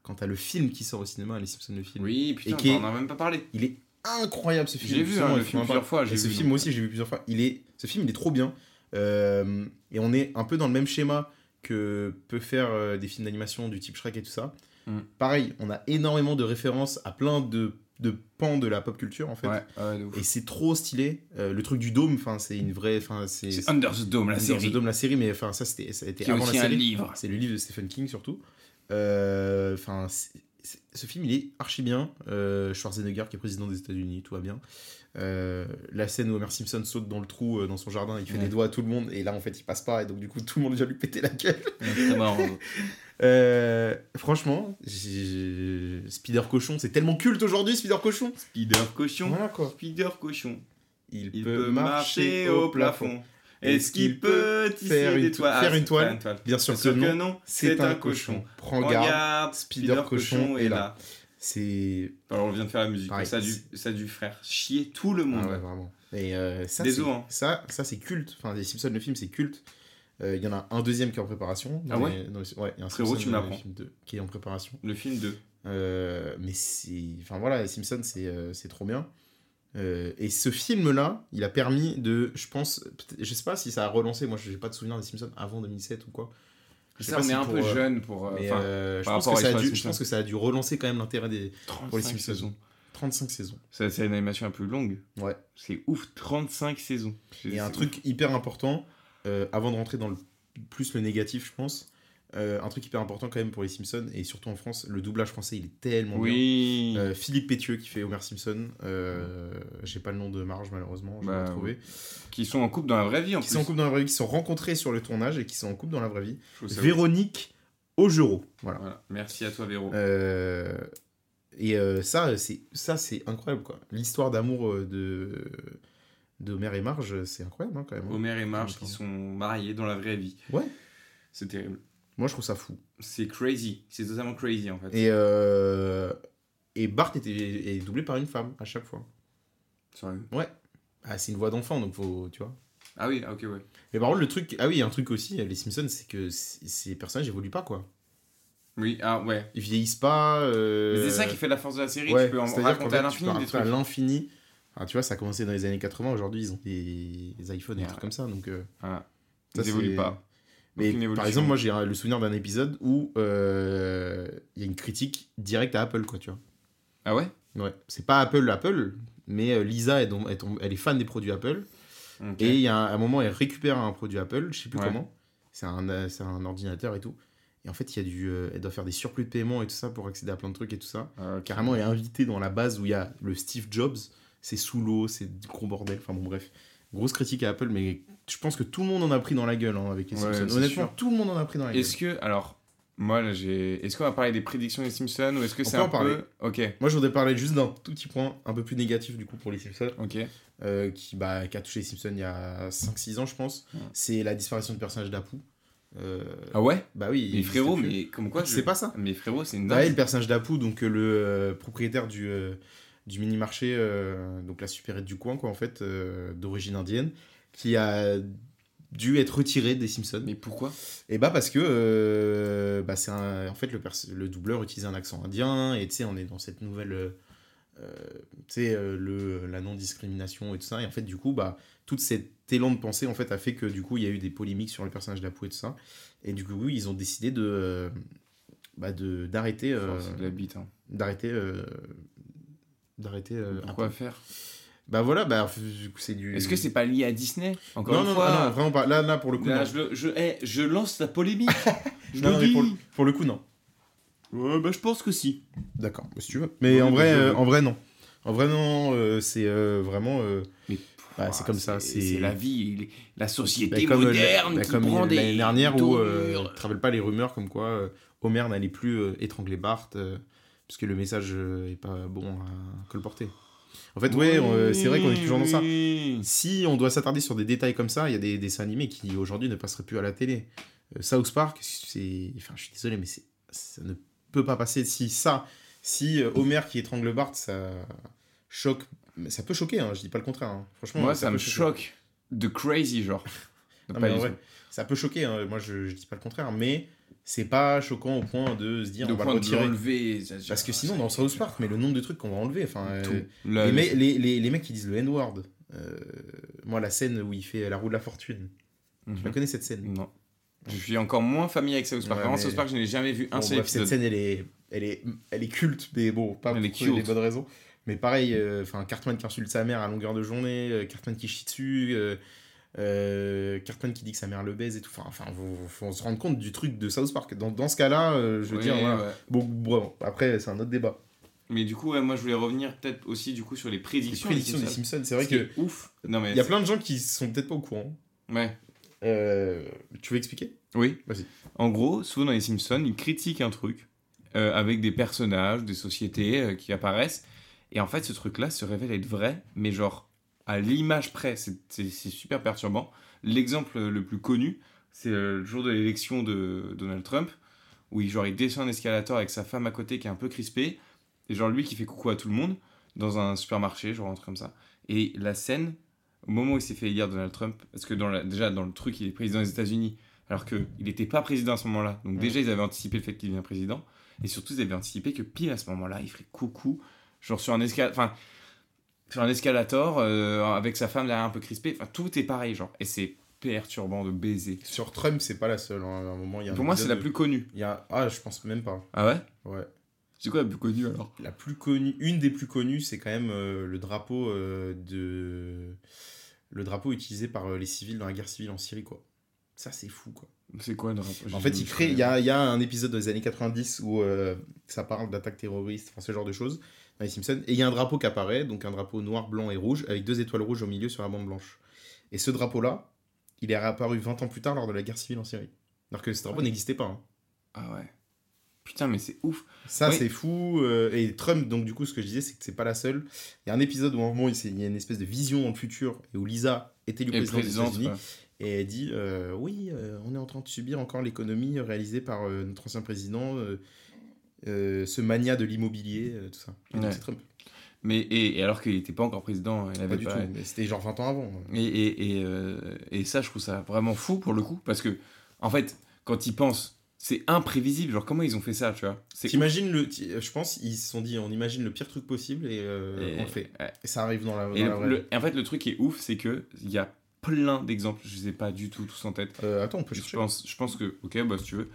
Speaker 3: Quant à le film qui sort au cinéma, les Simpsons le film,
Speaker 4: Oui, putain,
Speaker 3: Et qui
Speaker 4: bah,
Speaker 3: est-
Speaker 4: on n'en a même pas parlé.
Speaker 3: il est incroyable ce film.
Speaker 4: J'ai vu hein,
Speaker 3: Justement,
Speaker 4: le
Speaker 3: il faut
Speaker 4: film
Speaker 3: en
Speaker 4: plusieurs fois.
Speaker 3: Et
Speaker 4: J'ai
Speaker 3: ce
Speaker 4: vu,
Speaker 3: film,
Speaker 4: donc.
Speaker 3: moi aussi, j'ai vu plusieurs fois. Il est, ce film, il est trop bien. Euh, et on est un peu dans le même schéma que peut faire euh, des films d'animation du type Shrek et tout ça.
Speaker 4: Mm.
Speaker 3: Pareil, on a énormément de références à plein de, de pans de la pop culture en fait.
Speaker 4: Ouais, ouais, de ouf.
Speaker 3: Et c'est trop stylé. Euh, le truc du dôme, enfin, c'est une vraie, enfin, c'est
Speaker 4: C'est Under the Dome, la
Speaker 3: Under
Speaker 4: série.
Speaker 3: the Dome, la série, mais enfin, ça c'était, ça a été
Speaker 4: qui est
Speaker 3: avant la
Speaker 4: aussi un
Speaker 3: série.
Speaker 4: livre.
Speaker 3: C'est le livre de Stephen King surtout. Euh, Enfin, c'est- c'est- ce film il est archi bien. Euh, Schwarzenegger qui est président des États-Unis, tout va bien. Euh, la scène où Homer Simpson saute dans le trou euh, dans son jardin, il fait
Speaker 4: Ouais.
Speaker 3: des doigts à tout le monde et là en fait il passe pas et donc du coup tout le monde vient lui péter la gueule.
Speaker 4: Très marrant.
Speaker 3: Euh, franchement, j'ai- Spider Cochon, c'est tellement culte aujourd'hui Spider Cochon.
Speaker 4: Spider cochon.
Speaker 3: Voilà quoi.
Speaker 4: Spider cochon.
Speaker 3: Il,
Speaker 4: Il peut marcher au plafond. Est-ce qu'il peut
Speaker 3: faire
Speaker 4: tisser
Speaker 3: une
Speaker 4: des
Speaker 3: to-
Speaker 4: toiles Ah,
Speaker 3: faire une
Speaker 4: c'est
Speaker 3: toile
Speaker 4: pas une toile.
Speaker 3: Bien sûr
Speaker 4: Parce que
Speaker 3: que non.
Speaker 4: non, c'est un cochon.
Speaker 3: Prends garde. Spider
Speaker 4: Spider
Speaker 3: cochon
Speaker 4: cochon
Speaker 3: est
Speaker 4: est
Speaker 3: là.
Speaker 4: là.
Speaker 3: C'est
Speaker 4: Alors on vient de faire la musique.
Speaker 3: Pareil.
Speaker 4: Ça a dû, ça a dû faire chier tout le monde.
Speaker 3: Ah ouais, vraiment. Et euh, ça,
Speaker 4: Désolé,
Speaker 3: c'est-
Speaker 4: hein.
Speaker 3: ça, ça c'est culte. Enfin, les Simpsons, le film, c'est culte. Euh, Il y en a un deuxième qui est en préparation.
Speaker 4: Ah ouais
Speaker 3: Dans les- Ouais, il y a un
Speaker 4: Frérot,
Speaker 3: Simpson,
Speaker 4: tu me
Speaker 3: euh,
Speaker 4: l'apprends.
Speaker 3: film deux qui est en préparation.
Speaker 4: Le film 2.
Speaker 3: Euh, mais c'est. Enfin voilà, les Simpsons, c'est euh, c'est trop bien. Euh, et ce film-là, il a permis de. Je pense. peut-être- Je sais pas si ça a relancé. Moi, j'ai pas de souvenir des Simpsons avant 2007 ou quoi. Je sais
Speaker 4: Ça,
Speaker 3: pas
Speaker 4: on
Speaker 3: si
Speaker 4: est un
Speaker 3: pour,
Speaker 4: peu
Speaker 3: euh,
Speaker 4: jeune pour. euh,
Speaker 3: mais,
Speaker 4: Enfin,
Speaker 3: euh, je,
Speaker 4: par
Speaker 3: pense que
Speaker 4: rapport à
Speaker 3: ça a
Speaker 4: l'histoire
Speaker 3: dû,
Speaker 4: des
Speaker 3: je pense
Speaker 4: Simpsons.
Speaker 3: que ça a dû relancer quand même l'intérêt des
Speaker 4: 35
Speaker 3: Simpsons.
Speaker 4: saisons.
Speaker 3: 35 saisons.
Speaker 4: Ça, C'est une animation la plus longue.
Speaker 3: Ouais.
Speaker 4: C'est ouf, 35 saisons. C'est-
Speaker 3: Il y a un
Speaker 4: c'est
Speaker 3: truc hyper important, euh, avant de rentrer dans le, plus le négatif, je pense, euh, un truc hyper important quand même pour les Simpsons, et surtout en France, le doublage français, il est tellement
Speaker 4: Oui.
Speaker 3: bien. Euh, Philippe Pétieux qui fait Homer Simpson, euh, j'ai pas le nom de Marge malheureusement, je vais
Speaker 4: Bah,
Speaker 3: pas trouvé.
Speaker 4: Qui sont en couple dans la vraie vie en
Speaker 3: Qui
Speaker 4: plus.
Speaker 3: sont en couple dans la vraie vie, qui se sont rencontrés sur le tournage et qui sont en couple dans la vraie vie.
Speaker 4: Je trouve ça ouf.
Speaker 3: Véronique Augereau, voilà.
Speaker 4: Voilà. Merci à toi Véro.
Speaker 3: Euh, et euh, ça, c'est ça, c'est incroyable quoi. L'histoire d'amour euh, de de Homer et Marge, c'est incroyable hein, quand même. hein.
Speaker 4: Homer et Marge
Speaker 3: Attends.
Speaker 4: qui sont mariés dans la vraie vie.
Speaker 3: Ouais.
Speaker 4: C'est terrible.
Speaker 3: Moi, je trouve ça fou.
Speaker 4: C'est crazy. C'est totalement crazy en fait.
Speaker 3: Et, euh, et Bart était est doublé par une femme à chaque fois.
Speaker 4: Sérieux.
Speaker 3: Ah, c'est une voix d'enfant, donc faut, tu vois.
Speaker 4: Ah oui, ah, ok, ouais.
Speaker 3: Mais par contre, le truc, ah oui, il y a un truc aussi, les Simpsons, c'est que c- ces personnages évoluent pas, quoi.
Speaker 4: Oui, ah ouais.
Speaker 3: Ils vieillissent pas. euh,
Speaker 4: Mais C'est ça qui fait la force de la série.
Speaker 3: ouais,
Speaker 4: tu peux en
Speaker 3: c'est-à-dire qu'en
Speaker 4: raconter
Speaker 3: fait,
Speaker 4: à
Speaker 3: tu peux
Speaker 4: l'infini des
Speaker 3: raconter à
Speaker 4: trucs.
Speaker 3: l'infini. Enfin, tu vois, ça a commencé dans les années 80, aujourd'hui, ils ont des, des iPhones et des
Speaker 4: Ouais.
Speaker 3: trucs comme ça, donc. euh,
Speaker 4: Voilà.
Speaker 3: ça,
Speaker 4: Ils évoluent
Speaker 3: c'est-
Speaker 4: pas.
Speaker 3: Mais
Speaker 4: Aucune
Speaker 3: par
Speaker 4: évolution.
Speaker 3: exemple, moi, j'ai un- le souvenir d'un épisode où euh, il y a une critique directe à Apple, quoi, tu vois.
Speaker 4: Ah ouais
Speaker 3: Ouais, c'est pas Apple, Apple, mais euh, Lisa, est donc- est tom- elle est fan des produits Apple.
Speaker 4: Ok.
Speaker 3: Et il y a un, à un moment, elle récupère un produit Apple, je sais plus
Speaker 4: Ouais.
Speaker 3: comment. C'est un, euh, c'est un ordinateur et tout. Et en fait, il y a du, euh, elle doit faire des surplus de paiement et tout ça pour accéder à plein de trucs et tout ça.
Speaker 4: Ah, ok.
Speaker 3: Carrément, elle est invitée dans la base où il y a le Steve Jobs. C'est sous l'eau, c'est du gros bordel. Enfin bon, bref. Grosse critique à Apple, mais je pense que tout le monde en a pris dans la gueule hein, avec les
Speaker 4: Ouais,
Speaker 3: Simpsons.
Speaker 4: c'est
Speaker 3: Honnêtement,
Speaker 4: sûr.
Speaker 3: tout le monde en a pris dans la gueule.
Speaker 4: Est-ce que. Alors, moi, là, j'ai. Est-ce qu'on va parler des prédictions des Simpsons ou est-ce que
Speaker 3: On
Speaker 4: c'est
Speaker 3: peut
Speaker 4: un
Speaker 3: en parler.
Speaker 4: peu. Ok,
Speaker 3: Moi, je voudrais parler juste d'un tout petit point un peu plus négatif du coup pour les Simpsons,
Speaker 4: ok.
Speaker 3: euh, qui, bah, qui a touché les Simpsons il y a 5-6 ans, je pense.
Speaker 4: Ouais.
Speaker 3: C'est la disparition du personnage d'Apu. Euh,
Speaker 4: Ah ouais
Speaker 3: bah oui. il
Speaker 4: Mais frérot,
Speaker 3: existe plus.
Speaker 4: mais comme quoi.
Speaker 3: Tu
Speaker 4: je-
Speaker 3: sais pas ça
Speaker 4: Mais frérot, c'est une
Speaker 3: Bah ouais, le
Speaker 4: dingue.
Speaker 3: personnage d'Apu, donc euh, le euh, propriétaire du, euh, du mini-marché, euh, donc la supérette du coin, quoi, en fait, euh, d'origine indienne, qui a dû être retiré des Simpsons.
Speaker 4: Mais pourquoi
Speaker 3: Et bah parce que euh, bah c'est un- en fait le, pers- le doubleur utilisait un accent indien et tu sais on est dans cette nouvelle euh, euh, tu sais euh, le la non discrimination et tout ça et en fait du coup bah toute cette élan de pensée en fait a fait que du coup il y a eu des polémiques sur le personnage d'Apu et tout ça et du coup ils ont décidé de euh, bah de d'arrêter euh,
Speaker 4: Enfin, C'est de la bite. Hein.
Speaker 3: d'arrêter euh, d'arrêter euh,
Speaker 4: Pourquoi
Speaker 3: Apu.
Speaker 4: faire
Speaker 3: bah voilà bah du coup, c'est du
Speaker 4: Est-ce que c'est pas lié à Disney Encore
Speaker 3: non
Speaker 4: une
Speaker 3: non,
Speaker 4: fois.
Speaker 3: ah non, vraiment pas là là pour le coup
Speaker 4: Là,
Speaker 3: non.
Speaker 4: je, le- je, eh, je lance la polémique. je
Speaker 3: Non,
Speaker 4: le
Speaker 3: non, mais
Speaker 4: dis.
Speaker 3: pour le- pour le coup non
Speaker 4: Ouais, bah, je pense que si.
Speaker 3: D'accord, bah, si tu veux. Mais
Speaker 4: Oui,
Speaker 3: en,
Speaker 4: mais
Speaker 3: vrai,
Speaker 4: je-
Speaker 3: euh, en vrai, non. En vrai, non, euh, c'est euh, vraiment. euh,
Speaker 4: Mais-
Speaker 3: bah, c'est comme ça. C'est
Speaker 4: la vie, il- la
Speaker 3: Bah,
Speaker 4: société
Speaker 3: comme, euh,
Speaker 4: moderne
Speaker 3: bah,
Speaker 4: qui
Speaker 3: comme
Speaker 4: prend des
Speaker 3: l'année dernière où euh,
Speaker 4: tournures.
Speaker 3: ne rappelle pas les rumeurs comme quoi euh, Homer n'allait plus euh, étrangler Bart euh, parce que le message euh, est pas bon à colporter. En fait, ouais, on, euh, c'est vrai qu'on est toujours dans ça.
Speaker 4: Oui.
Speaker 3: Si on doit s'attarder sur des détails comme ça, il y a des, dessins animés qui aujourd'hui ne passeraient plus à la télé. Euh, South Park, c'est. Enfin, je suis désolé, mais c'est- ça ne peut pas passer. Si ça, si euh, Homer qui étrangle Bart, ça choque. mais Ça peut choquer, hein, je dis pas le contraire. hein. Franchement,
Speaker 4: Moi, ça,
Speaker 3: peut
Speaker 4: me
Speaker 3: choquer.
Speaker 4: choque. De crazy, genre.
Speaker 3: Non,
Speaker 4: Pas
Speaker 3: mais en
Speaker 4: du
Speaker 3: vrai,
Speaker 4: tout.
Speaker 3: ça peut choquer, hein, moi je, je dis pas le contraire, mais c'est pas choquant au point de se dire
Speaker 4: de
Speaker 3: on va le
Speaker 4: point de
Speaker 3: retirer.
Speaker 4: l'enlever. ça,
Speaker 3: Parce que
Speaker 4: ça,
Speaker 3: sinon,
Speaker 4: ça,
Speaker 3: dans South Park, mais le nombre de trucs qu'on va enlever, enfin. euh,
Speaker 4: Tout. Là,
Speaker 3: les,
Speaker 4: le-
Speaker 3: mecs- les, les- les mecs qui disent le N-word. euh, moi, la scène où il fait la roue de la fortune.
Speaker 4: Mhm.
Speaker 3: Je la connais cette scène.
Speaker 4: Non. Je suis encore moins familier avec South Park.
Speaker 3: Ouais,
Speaker 4: Vraiment,
Speaker 3: mais-
Speaker 4: South Park, je n'ai jamais vu un
Speaker 3: Bon,
Speaker 4: seul
Speaker 3: bref, cette
Speaker 4: épisode.
Speaker 3: scène, elle est, elle est, elle est culte, mais bon, pas
Speaker 4: Elle est
Speaker 3: pour les
Speaker 4: culte.
Speaker 3: bonnes raisons. Mais pareil, euh, enfin, Cartman qui insulte sa mère à longueur de journée, euh, Cartman qui chie dessus, euh, euh, Cartman qui dit que sa mère le baise et tout. Enfin, enfin, faut, faut se rendre compte du truc de South Park. Dans, dans ce cas-là, euh, je veux
Speaker 4: Ouais,
Speaker 3: dire, voilà.
Speaker 4: ouais.
Speaker 3: bon, bon, après, c'est un autre débat.
Speaker 4: Mais du coup, ouais, moi, je voulais revenir peut-être aussi du coup sur les
Speaker 3: Les
Speaker 4: prédictions.
Speaker 3: prédictions
Speaker 4: des
Speaker 3: des
Speaker 4: Simpsons.
Speaker 3: Simpsons, c'est vrai
Speaker 4: Ce qui
Speaker 3: que
Speaker 4: est ouf. Non mais
Speaker 3: il y a plein de gens qui sont peut-être pas au courant.
Speaker 4: Ouais.
Speaker 3: Euh, tu veux expliquer
Speaker 4: Oui.
Speaker 3: Vas-y.
Speaker 4: En gros, souvent dans les Simpsons, ils critiquent un truc euh, avec des personnages, des sociétés euh, qui apparaissent. Et en fait, ce truc-là se révèle être vrai, mais genre à l'image près. C'est c'est- c'est super perturbant. L'exemple le plus connu, c'est euh, le jour de l'élection de Donald Trump, où il, genre, il descend un escalator avec sa femme à côté qui est un peu crispée, et genre lui qui fait coucou à tout le monde dans un supermarché, genre un truc comme ça. Et la scène, au moment où il s'est fait élire Donald Trump, parce que dans la- déjà dans le truc, il est président des États-Unis, alors qu'il n'était pas président à ce moment-là. Donc
Speaker 3: Ouais.
Speaker 4: déjà, ils avaient anticipé le fait qu'il devienne président. Et surtout, ils avaient anticipé que pile à ce moment-là, il ferait coucou, genre sur un escalator. Enfin, sur un escalator, euh, avec sa femme derrière un peu crispée. Enfin, tout est pareil, genre. Et c'est perturbant de baiser.
Speaker 3: Sur Trump, c'est pas la seule. hein. À un moment, il y a un
Speaker 4: Pour moi, c'est la
Speaker 3: épisode
Speaker 4: plus connue.
Speaker 3: où- il y a... Ah, je pense même pas.
Speaker 4: Ah ouais
Speaker 3: Ouais.
Speaker 4: C'est quoi la plus connue alors
Speaker 3: La plus connue, une des plus connues, c'est quand même euh, le drapeau euh, de le drapeau utilisé par euh, les civils dans la guerre civile en Syrie quoi. Ça c'est fou quoi.
Speaker 4: C'est quoi le rapport
Speaker 3: En fait, il crée, il y a, il y a un épisode des années 90 où euh, ça parle d'attaques terroristes, enfin ce genre de choses dans les Simpsons et il y a un drapeau qui apparaît, donc un drapeau noir, blanc et rouge avec deux étoiles rouges au milieu sur la bande blanche. Et ce drapeau là, il est réapparu 20 ans plus tard lors de la guerre civile en Syrie. Alors que ce drapeau
Speaker 4: Ouais.
Speaker 3: n'existait pas. hein.
Speaker 4: Ah ouais. Putain, mais c'est ouf.
Speaker 3: Ça,
Speaker 4: Oui.
Speaker 3: c'est fou. euh, et Trump, donc, du coup, ce que je disais, c'est que c'est pas la seule. Il y a un épisode où, à un moment, il s'est- il y a une espèce de vision dans le futur et où Lisa est élue
Speaker 4: Et
Speaker 3: présidente des
Speaker 4: présidente,
Speaker 3: États-Unis
Speaker 4: ouais.
Speaker 3: et elle dit euh, Oui, euh, on est en train de subir encore l'économie réalisée par euh, notre ancien président, euh, euh, ce mania de l'immobilier, euh, tout ça. Et donc,
Speaker 4: Ouais.
Speaker 3: c'est Trump.
Speaker 4: Mais et, et alors qu'il n'était pas encore président, il
Speaker 3: Pas
Speaker 4: avait
Speaker 3: du
Speaker 4: pas-
Speaker 3: tout. mais C'était genre 20 ans avant. hein.
Speaker 4: Et, et, et, euh, et ça, je trouve ça vraiment fou pour le coup, parce que en fait, quand ils pensent, c'est imprévisible. Genre comment ils ont fait ça, tu vois C'est
Speaker 3: T'imagines le. ti- euh, Je pense, ils se sont dit On imagine le pire truc possible et, euh,
Speaker 4: Et-
Speaker 3: on le fait.
Speaker 4: ouais.
Speaker 3: Et ça arrive dans la. dans
Speaker 4: Et
Speaker 3: la
Speaker 4: le-
Speaker 3: vraie vie.
Speaker 4: le- et en fait, le truc qui est ouf, c'est que il y a plein d'exemples. Je sais pas du tout tous en tête.
Speaker 3: Euh, attends, on peut
Speaker 4: Je
Speaker 3: chercher.
Speaker 4: pense, je pense que, ok, bah si tu veux.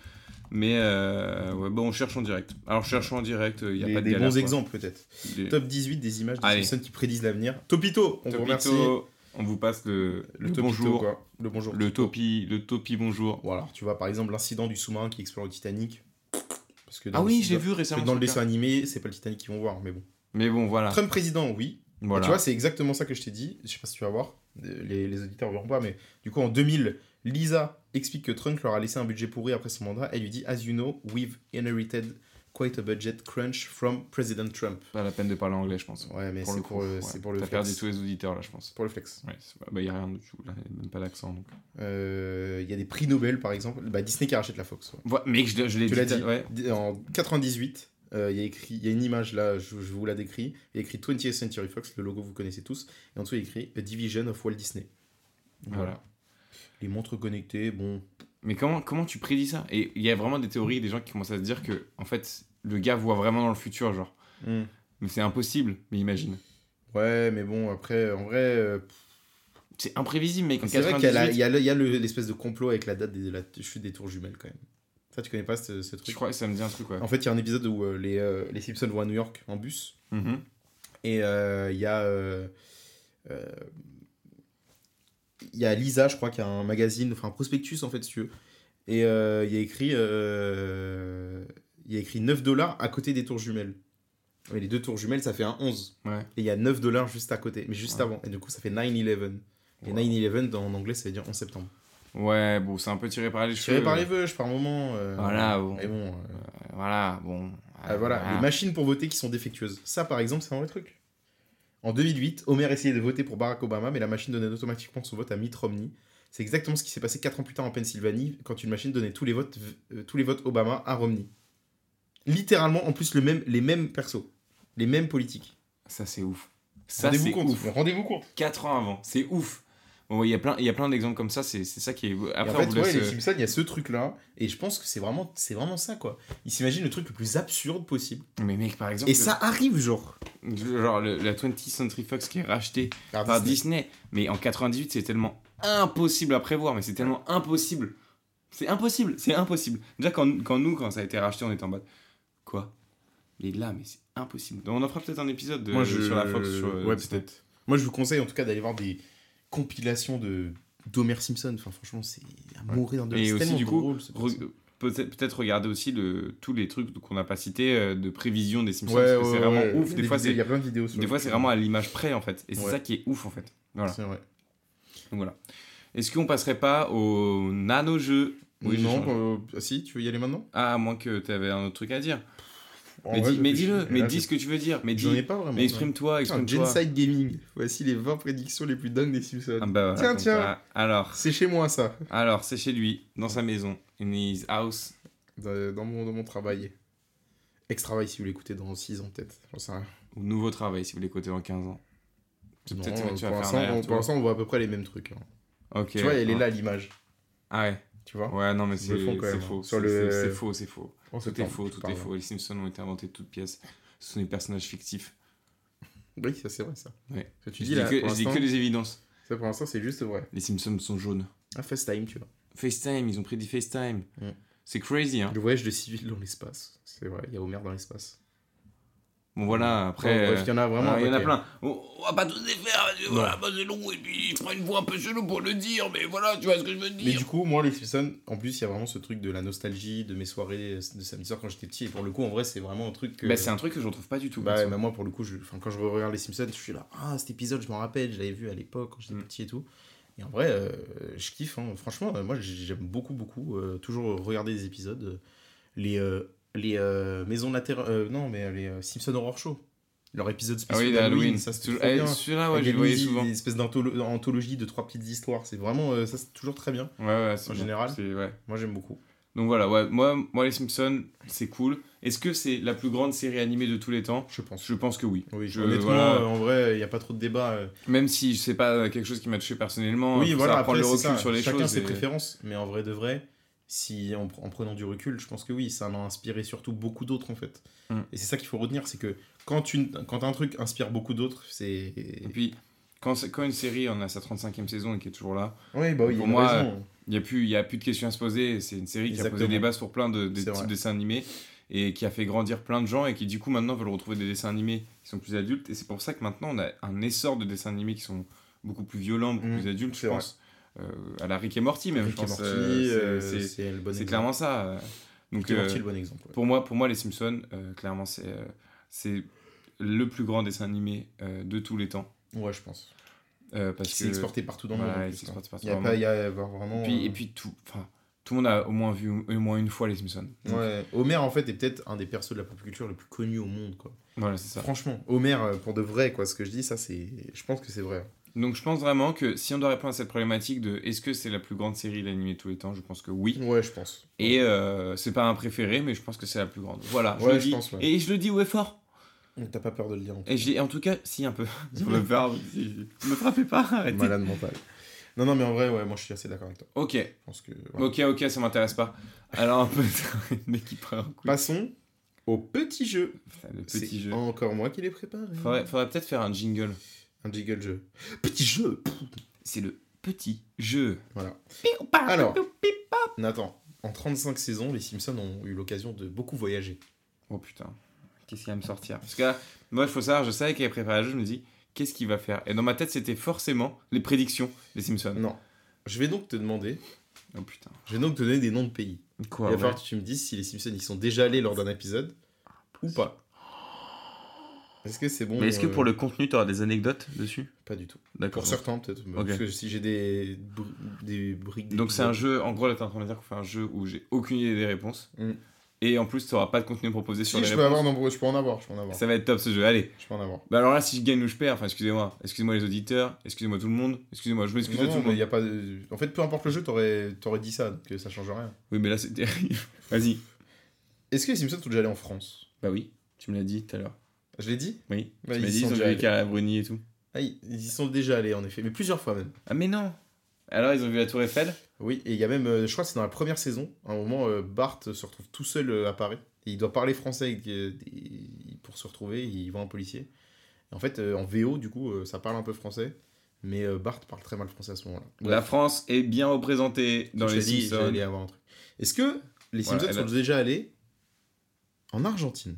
Speaker 4: Mais euh, ouais, bon, on cherche en direct. Alors, cherchons en direct, euh, il n'y a
Speaker 3: Des-
Speaker 4: pas de
Speaker 3: des
Speaker 4: galère,
Speaker 3: bons
Speaker 4: quoi.
Speaker 3: exemples, peut-être.
Speaker 4: Des-
Speaker 3: Top 18 des images des
Speaker 4: Allez.
Speaker 3: personnes qui prédisent l'avenir. Topito, on vous
Speaker 4: Topito,
Speaker 3: remercie.
Speaker 4: on vous passe le,
Speaker 3: Le
Speaker 4: le
Speaker 3: Topito,
Speaker 4: bonjour.
Speaker 3: quoi. Le bonjour.
Speaker 4: Le topi, le topi bonjour.
Speaker 3: Ou alors, tu vois, par exemple, l'incident du sous-marin qui explore le Titanic. Parce que dans
Speaker 4: Ah
Speaker 3: le
Speaker 4: oui,
Speaker 3: sous-
Speaker 4: j'ai vu
Speaker 3: parce
Speaker 4: récemment.
Speaker 3: que Dans le
Speaker 4: ce
Speaker 3: dessin
Speaker 4: cas.
Speaker 3: animé, c'est pas le Titanic qu'ils vont voir, mais bon.
Speaker 4: Mais bon, voilà.
Speaker 3: Trump président, oui.
Speaker 4: Ah. Voilà.
Speaker 3: Tu vois, c'est exactement ça que je t'ai dit. Je sais pas si tu vas voir, euh, les, les auditeurs verront pas, mais du coup, en 2000, Lisa explique que Trump leur a laissé un budget pourri après son mandat. Elle lui dit As you know, we've inherited quite a budget crunch from President Trump.
Speaker 4: Pas la peine de parler anglais, je pense.
Speaker 3: Ouais, mais
Speaker 4: Pour
Speaker 3: c'est
Speaker 4: le
Speaker 3: pour,
Speaker 4: coup,
Speaker 3: euh,
Speaker 4: ouais.
Speaker 3: c'est pour le
Speaker 4: T'as
Speaker 3: flex.
Speaker 4: perdu tous les auditeurs, là, je pense.
Speaker 3: C'est pour le flex.
Speaker 4: Ouais, c'est pas- bah, y a rien du tout, là, y a même pas d'accent. donc.
Speaker 3: Euh, Il y a des prix Nobel, par exemple. Bah, Disney qui rachète la Fox. ouais.
Speaker 4: Ouais, mec, je, l'ai- je l'ai
Speaker 3: Tu l'as dit.
Speaker 4: ouais.
Speaker 3: D- En 98, euh, il y a écrit, il y a une image là, je, je vous la décris. Il y a écrit 20th Century Fox, le logo vous connaissez tous, et en dessous il y a écrit A Division of Walt Disney.
Speaker 4: Voilà.
Speaker 3: Les montres connectées, bon.
Speaker 4: Mais comment, comment tu prédis ça Et il y a vraiment des théories, des gens qui commencent à se dire que, en fait, le gars voit vraiment dans le futur, genre.
Speaker 3: hmm.
Speaker 4: Mais c'est impossible, mais imagine.
Speaker 3: Ouais, mais bon, après, en vrai, euh,
Speaker 4: C'est imprévisible, mec. en
Speaker 3: c'est vrai qu'il y a la-
Speaker 4: 98,
Speaker 3: il y a le- il y a le- l'espèce de complot avec la date de la chute des tours jumelles quand même. Ça, tu connais pas ce, ce
Speaker 4: Je
Speaker 3: truc
Speaker 4: crois que ça me dit un truc, ouais.
Speaker 3: En fait, il y a un épisode où euh, les, euh, les Simpsons vont à New York en bus.
Speaker 4: Mhm.
Speaker 3: Et euh, il y a. euh, euh, il y a Lisa, je crois, qui a un magazine, enfin un prospectus en fait, si tu veux. Et euh, il y a écrit. euh, il y a écrit 9 dollars à côté des tours jumelles. Mais les deux tours jumelles, ça fait un 11.
Speaker 4: Ouais.
Speaker 3: Et il y a 9 dollars juste à côté, mais juste
Speaker 4: Ouais.
Speaker 3: avant. Et du coup, ça fait 9-11. Et
Speaker 4: Wow.
Speaker 3: 9-11, dans- en anglais, ça veut dire 11 septembre.
Speaker 4: Ouais, bon, c'est un peu tiré par les
Speaker 3: Tiré
Speaker 4: cheveux.
Speaker 3: par les vœux, je par moment. euh,
Speaker 4: Voilà, bon.
Speaker 3: Mais bon. euh,
Speaker 4: Voilà, bon.
Speaker 3: Ah, voilà, les machines pour voter qui sont défectueuses. Ça, par exemple, c'est un vrai truc. En 2008, Homer essayait de voter pour Barack Obama, mais la machine donnait automatiquement son vote à Mitt Romney. C'est exactement ce qui s'est passé 4 ans plus tard en Pennsylvanie, quand une machine donnait tous les votes, euh, tous les votes Obama à Romney. Littéralement, en plus, le même, les mêmes persos, les mêmes politiques.
Speaker 4: Ça, c'est ouf. Ça,
Speaker 3: Rendez-vous
Speaker 4: c'est
Speaker 3: compte.
Speaker 4: ouf.
Speaker 3: Rendez-vous compte.
Speaker 4: 4 ans avant, c'est ouf. Bon, ouais, il y a plein, il y a plein d'exemples comme ça, c'est c'est ça qui est.
Speaker 3: Et
Speaker 4: Après,
Speaker 3: en
Speaker 4: on
Speaker 3: fait,
Speaker 4: vous
Speaker 3: ouais,
Speaker 4: laisse,
Speaker 3: les
Speaker 4: euh,
Speaker 3: Simpsons, il y a ce truc-là, et je pense que c'est vraiment, c'est vraiment ça, quoi. Ils s'imaginent le truc le plus absurde possible.
Speaker 4: Mais mec, par exemple.
Speaker 3: Et ça arrive, genre.
Speaker 4: le- Genre, le- la 20th Century Fox qui est rachetée
Speaker 3: Ah,
Speaker 4: par Disney. Mais en 98, c'est tellement impossible à prévoir, mais c'est tellement impossible. C'est impossible, c'est impossible. Déjà, quand, quand nous, quand ça a été racheté, on était en mode. Quoi Mais là, mais c'est impossible. Donc, on en fera peut-être un épisode de,
Speaker 3: Moi, je-
Speaker 4: sur la Fox. Sur, euh,
Speaker 3: ouais, peut-être. Moi, je vous conseille en tout cas d'aller voir des compilations de d'Homer Simpson. Enfin, franchement, c'est à
Speaker 4: Ouais.
Speaker 3: mourir de
Speaker 4: Et
Speaker 3: rire. C'est
Speaker 4: aussi,
Speaker 3: tellement
Speaker 4: du coup,
Speaker 3: drôle, ce
Speaker 4: Re-
Speaker 3: personnage.
Speaker 4: Peut-être peut-être regarder aussi le, tous les trucs qu'on n'a pas cités euh, de prévision des Simpsons,
Speaker 3: Ouais,
Speaker 4: parce que
Speaker 3: ouais,
Speaker 4: c'est vraiment
Speaker 3: ouais.
Speaker 4: ouf. Des,
Speaker 3: vidéos-
Speaker 4: fois, c'est
Speaker 3: il y a plein de vidéos. sur
Speaker 4: des
Speaker 3: le
Speaker 4: fois,
Speaker 3: sujet.
Speaker 4: c'est vraiment à l'image près, en fait. Et c'est
Speaker 3: Ouais.
Speaker 4: ça qui est ouf, en fait. Voilà.
Speaker 3: C'est vrai.
Speaker 4: Donc voilà. Est-ce qu'on passerait pas au nano-jeu Oui, j'ai changé.
Speaker 3: non, euh, si, tu veux y aller maintenant
Speaker 4: Ah, à moins que tu avais un autre truc à dire.
Speaker 3: En
Speaker 4: mais
Speaker 3: vrai,
Speaker 4: dis-
Speaker 3: je
Speaker 4: mais
Speaker 3: réfléchis.
Speaker 4: dis-le,
Speaker 3: Et
Speaker 4: mais
Speaker 3: là,
Speaker 4: dis
Speaker 3: j'ai-
Speaker 4: ce que tu veux dire. Mais
Speaker 3: J'en ai
Speaker 4: dis,
Speaker 3: pas vraiment.
Speaker 4: mais exprime-toi,
Speaker 3: Putain,
Speaker 4: exprime-toi.
Speaker 3: Genside Gaming. Voici les 20 prédictions les plus dingues des Simpsons.
Speaker 4: Ah bah voilà,
Speaker 3: Tiens,
Speaker 4: donc,
Speaker 3: tiens.
Speaker 4: ah, alors,
Speaker 3: C'est chez moi, ça.
Speaker 4: alors c'est chez lui, dans sa maison, in his house.
Speaker 3: Dans, dans mon, dans mon travail. Ex-travail, si vous l'écoutez dans 6 ans, peut-être. J'en sais rien.
Speaker 4: Au nouveau travail, si vous l'écoutez dans 15 ans.
Speaker 3: Non,
Speaker 4: Peut-être que tu vas faire
Speaker 3: Pour
Speaker 4: un
Speaker 3: l'instant, on-
Speaker 4: aller-retour.
Speaker 3: pour l'instant, on voit à peu près les mêmes trucs. hein.
Speaker 4: Ok.
Speaker 3: Tu vois, elle est là, l'image.
Speaker 4: Ah ouais.
Speaker 3: Tu vois
Speaker 4: Ouais, non, mais
Speaker 3: Ils
Speaker 4: c'est
Speaker 3: le font quand
Speaker 4: c'est
Speaker 3: même, hein.
Speaker 4: faux.
Speaker 3: Sur
Speaker 4: C'est
Speaker 3: le-
Speaker 4: c'est- c'est faux, Oh, c'est faux.
Speaker 3: En
Speaker 4: Tout est
Speaker 3: septembre,
Speaker 4: faux,
Speaker 3: je
Speaker 4: tout est
Speaker 3: parle.
Speaker 4: faux. Les Simpsons ont été inventés de toutes pièces. Ce sont des personnages fictifs.
Speaker 3: Oui, ça c'est vrai ça.
Speaker 4: Ouais.
Speaker 3: Ce que tu
Speaker 4: Je
Speaker 3: dis
Speaker 4: dis
Speaker 3: là,
Speaker 4: que-
Speaker 3: pour
Speaker 4: je dis que
Speaker 3: l'instant,
Speaker 4: les évidences.
Speaker 3: ça pour l'instant c'est juste vrai.
Speaker 4: Les Simpsons sont jaunes.
Speaker 3: Ah, FaceTime, tu vois.
Speaker 4: FaceTime, ils ont prédit FaceTime.
Speaker 3: Mm.
Speaker 4: C'est crazy, hein.
Speaker 3: Le voyage de civil dans l'espace. C'est vrai, il y a Homer dans l'espace.
Speaker 4: Bon, voilà,
Speaker 3: Ouais,
Speaker 4: après.
Speaker 3: bref, il y en a
Speaker 4: euh,
Speaker 3: vraiment.
Speaker 4: ah, il y en a
Speaker 3: ok.
Speaker 4: plein. On, on va pas tous les faire, parce que voilà, bah, c'est long, et puis il prend une voix un peu chelou pour le dire, mais voilà, tu vois ce que je veux
Speaker 3: Mais
Speaker 4: dire.
Speaker 3: du coup, moi, les Simpsons, en plus, il y a vraiment ce truc de la nostalgie, de mes soirées euh, de samedi soir quand j'étais petit. Et pour le coup, en vrai, c'est vraiment un truc que.
Speaker 4: Bah, c'est un truc que je retrouve pas du tout.
Speaker 3: euh, Bah,
Speaker 4: perso.
Speaker 3: ouais, bah, moi, pour le coup, je... enfin, quand je regarde les Simpsons, je suis là, ah, cet épisode, je m'en rappelle, je l'avais vu à l'époque quand j'étais
Speaker 4: Mm.
Speaker 3: petit et tout. Et en vrai, euh, je kiffe. hein. Franchement, euh, moi, j'aime beaucoup, beaucoup. euh, toujours regarder des épisodes. euh, Les, euh, les euh, Maisons de la Terre. euh, non, mais euh, les euh, Simpsons Horror Show. Leur épisode
Speaker 4: ah
Speaker 3: spécial
Speaker 4: oui,
Speaker 3: d'Halloween,
Speaker 4: Halloween.
Speaker 3: ça c'est
Speaker 4: Toujours-
Speaker 3: trop
Speaker 4: eh,
Speaker 3: bien.
Speaker 4: Celui-là, ouais,
Speaker 3: Avec
Speaker 4: je le voyais
Speaker 3: Louise,
Speaker 4: souvent.
Speaker 3: Une espèce d'anthologie de trois petites histoires. C'est vraiment, euh, ça c'est toujours très bien.
Speaker 4: Ouais, ouais, c'est
Speaker 3: En
Speaker 4: bien.
Speaker 3: général.
Speaker 4: C'est- ouais.
Speaker 3: Moi j'aime beaucoup.
Speaker 4: Donc voilà, ouais, moi, moi les Simpsons, c'est cool. Est-ce que c'est la plus grande série animée de tous les temps
Speaker 3: Je pense.
Speaker 4: Je pense que oui.
Speaker 3: Oui,
Speaker 4: Je-
Speaker 3: honnêtement,
Speaker 4: voilà.
Speaker 3: euh, en vrai, il n'y a pas trop de débat. euh.
Speaker 4: Même si c'est pas euh, quelque chose qui m'a touché personnellement,
Speaker 3: oui,
Speaker 4: faut
Speaker 3: voilà,
Speaker 4: savoir
Speaker 3: après,
Speaker 4: prendre le
Speaker 3: c'est
Speaker 4: recul
Speaker 3: ça.
Speaker 4: sur les
Speaker 3: Chacun
Speaker 4: choses.
Speaker 3: ses
Speaker 4: et-
Speaker 3: préférences. Mais en vrai de vrai, si en, pre- en prenant du recul, je pense que oui, ça en a inspiré surtout beaucoup d'autres en fait.
Speaker 4: Mm.
Speaker 3: Et c'est ça qu'il faut retenir, c'est que quand, une, quand un truc inspire beaucoup d'autres, c'est.
Speaker 4: Et puis, quand, c'est- quand une série en a sa 35e saison et qui est toujours là,
Speaker 3: Oui, bah oui,
Speaker 4: oui, il y a
Speaker 3: pour
Speaker 4: une
Speaker 3: moi.
Speaker 4: raison. hein. il n'y a, plus- il y a plus de questions à se poser. C'est une série qui a posé
Speaker 3: Exactement.
Speaker 4: des bases pour plein de, des
Speaker 3: C'est
Speaker 4: types
Speaker 3: vrai.
Speaker 4: de dessins animés et qui a fait grandir plein de gens et qui, du coup, maintenant veulent retrouver des dessins animés qui sont plus adultes. Et c'est pour ça que maintenant, on a un essor de dessins animés qui sont beaucoup plus violents, beaucoup
Speaker 3: Mhm,
Speaker 4: plus adultes, je
Speaker 3: c'est vrai.
Speaker 4: pense. Euh, à la Rick et Morty, même,
Speaker 3: Rick
Speaker 4: je
Speaker 3: et
Speaker 4: pense.
Speaker 3: Morty,
Speaker 4: euh,
Speaker 3: euh,
Speaker 4: c'est- c'est-
Speaker 3: c'est le bon
Speaker 4: c'est
Speaker 3: exemple.
Speaker 4: clairement ça. euh. Donc,
Speaker 3: Rick et
Speaker 4: euh,
Speaker 3: Morty, le bon exemple. ouais.
Speaker 4: pour moi, pour moi, les Simpsons, euh, clairement, c'est euh, c'est le plus grand dessin animé euh, de tous les temps.
Speaker 3: Ouais, je pense.
Speaker 4: Euh, parce
Speaker 3: C'est
Speaker 4: que-
Speaker 3: exporté partout dans le
Speaker 4: Voilà,
Speaker 3: monde. en
Speaker 4: il
Speaker 3: plus, quoi.
Speaker 4: s'exporte partout
Speaker 3: Il y a
Speaker 4: dans le
Speaker 3: pas,
Speaker 4: monde.
Speaker 3: il y a avoir vraiment.
Speaker 4: Et puis,
Speaker 3: euh,
Speaker 4: et puis tout, enfin, tout le monde a au moins vu au moins une fois les Simpsons. Donc,
Speaker 3: euh, Ouais. Homer, en fait, est peut-être un des persos de la pop culture le plus connu au monde, quoi.
Speaker 4: Voilà, c'est ça.
Speaker 3: Franchement, Homer, euh, pour de vrai, quoi, ce que je dis, ça, c'est. Je pense que c'est vrai. hein.
Speaker 4: Donc je pense vraiment que si on doit répondre à cette problématique de est-ce que c'est la plus grande série d'animés de tous les temps, je pense que oui.
Speaker 3: Ouais, je pense.
Speaker 4: Et euh, c'est pas un préféré, mais je pense que c'est la plus grande. Voilà, je
Speaker 3: Ouais,
Speaker 4: le
Speaker 3: je
Speaker 4: dis.
Speaker 3: pense, ouais.
Speaker 4: Et je le dis ouais fort.
Speaker 3: Donc, T'as pas peur de le dire. en tout
Speaker 4: Et je dis- en tout cas, si un peu. Si on me parle, si- me frappez pas,
Speaker 3: cas.
Speaker 4: arrêtez.
Speaker 3: Malade mental. Non, non, mais en vrai, ouais, moi, je suis assez d'accord avec toi.
Speaker 4: Ok,
Speaker 3: Je pense que. voilà.
Speaker 4: ok, ok, ça m'intéresse pas. Alors un peu, mais qui prend un coup.
Speaker 3: Passons au petit jeu.
Speaker 4: Putain, le
Speaker 3: C'est
Speaker 4: petit jeu.
Speaker 3: Encore moi qui l'ai préparé.
Speaker 4: Faudrait, faudrait peut-être faire un jingle.
Speaker 3: Un jiggle jeu. Petit jeu.
Speaker 4: C'est le petit jeu.
Speaker 3: Voilà.
Speaker 4: Ah,
Speaker 3: Alors. Nathan, en 35 saisons, les Simpsons ont eu l'occasion de beaucoup voyager.
Speaker 4: Oh putain, qu'est-ce qu'il va me sortir Parce que là, moi, il faut savoir, je savais qu'il avait préparé le jeu, je me dis, qu'est-ce qu'il va faire Et dans ma tête, c'était forcément les prédictions des Simpsons.
Speaker 3: Non. Je vais donc te demander,
Speaker 4: Oh putain.
Speaker 3: je vais donc te donner des noms de pays. Mm. Il
Speaker 4: Quoi
Speaker 3: va
Speaker 4: ouais.
Speaker 3: falloir que tu me dises si les Simpsons y sont déjà allés lors d'un épisode ou pas. Est-ce que c'est bon
Speaker 4: Mais est-ce que
Speaker 3: euh,
Speaker 4: pour le contenu, tu auras des anecdotes dessus
Speaker 3: Pas du tout.
Speaker 4: D'accord.
Speaker 3: Pour certains, peut-être.
Speaker 4: Ok.
Speaker 3: Parce que si j'ai des, br- des briques.
Speaker 4: Donc c'est un
Speaker 3: d'épisodes.
Speaker 4: jeu, en gros, là, t'es en train de me dire qu'on fait un jeu où j'ai aucune idée des réponses.
Speaker 3: Mm.
Speaker 4: Et en plus, tu pas de contenu proposé sur
Speaker 3: Si,
Speaker 4: les
Speaker 3: je peux,
Speaker 4: réponses.
Speaker 3: avoir nombreux, je peux en avoir. Je peux en avoir.
Speaker 4: Ça va être top ce jeu, allez.
Speaker 3: Je peux en avoir.
Speaker 4: Bah alors là, si je gagne ou je perds, enfin, excusez-moi. Excusez-moi les auditeurs, excusez-moi tout le monde, excusez-moi, je m'excuse à
Speaker 3: Non,
Speaker 4: tout
Speaker 3: non,
Speaker 4: le
Speaker 3: mais
Speaker 4: monde.
Speaker 3: y a pas de- En fait, peu importe le jeu, t'aurais t'aurais dit ça, que ça change rien.
Speaker 4: Oui, mais là, c'est terrible. Vas-y.
Speaker 3: Est-ce que les Simpsons sont déjà allés en France
Speaker 4: Bah oui, tu me l'as dit tout à l'heure.
Speaker 3: Je l'ai dit
Speaker 4: Oui.
Speaker 3: Bah,
Speaker 4: tu m'as
Speaker 3: ils
Speaker 4: dit,
Speaker 3: sont
Speaker 4: ils ont
Speaker 3: déjà
Speaker 4: joué
Speaker 3: allés.
Speaker 4: à Bruni et tout.
Speaker 3: Ah, ils ils y sont déjà allés, en effet, mais plusieurs fois même.
Speaker 4: Ah mais non Alors ils ont vu la tour Eiffel
Speaker 3: Oui, et il y a même, euh, je crois que c'est dans la première saison, à un moment, euh, Bart se retrouve tout seul euh, à Paris. Et il doit parler français avec des- des- pour se retrouver, il voit un policier. Et en fait, euh, en VO, du coup, euh, ça parle un peu français, mais euh, Bart parle très mal français à ce moment-là.
Speaker 4: La France est bien représentée dans les
Speaker 3: dit,
Speaker 4: Simpsons.
Speaker 3: j'allais avoir un truc. Est-ce que les
Speaker 4: Voilà,
Speaker 3: Simpsons
Speaker 4: elle a-
Speaker 3: sont déjà allés en Argentine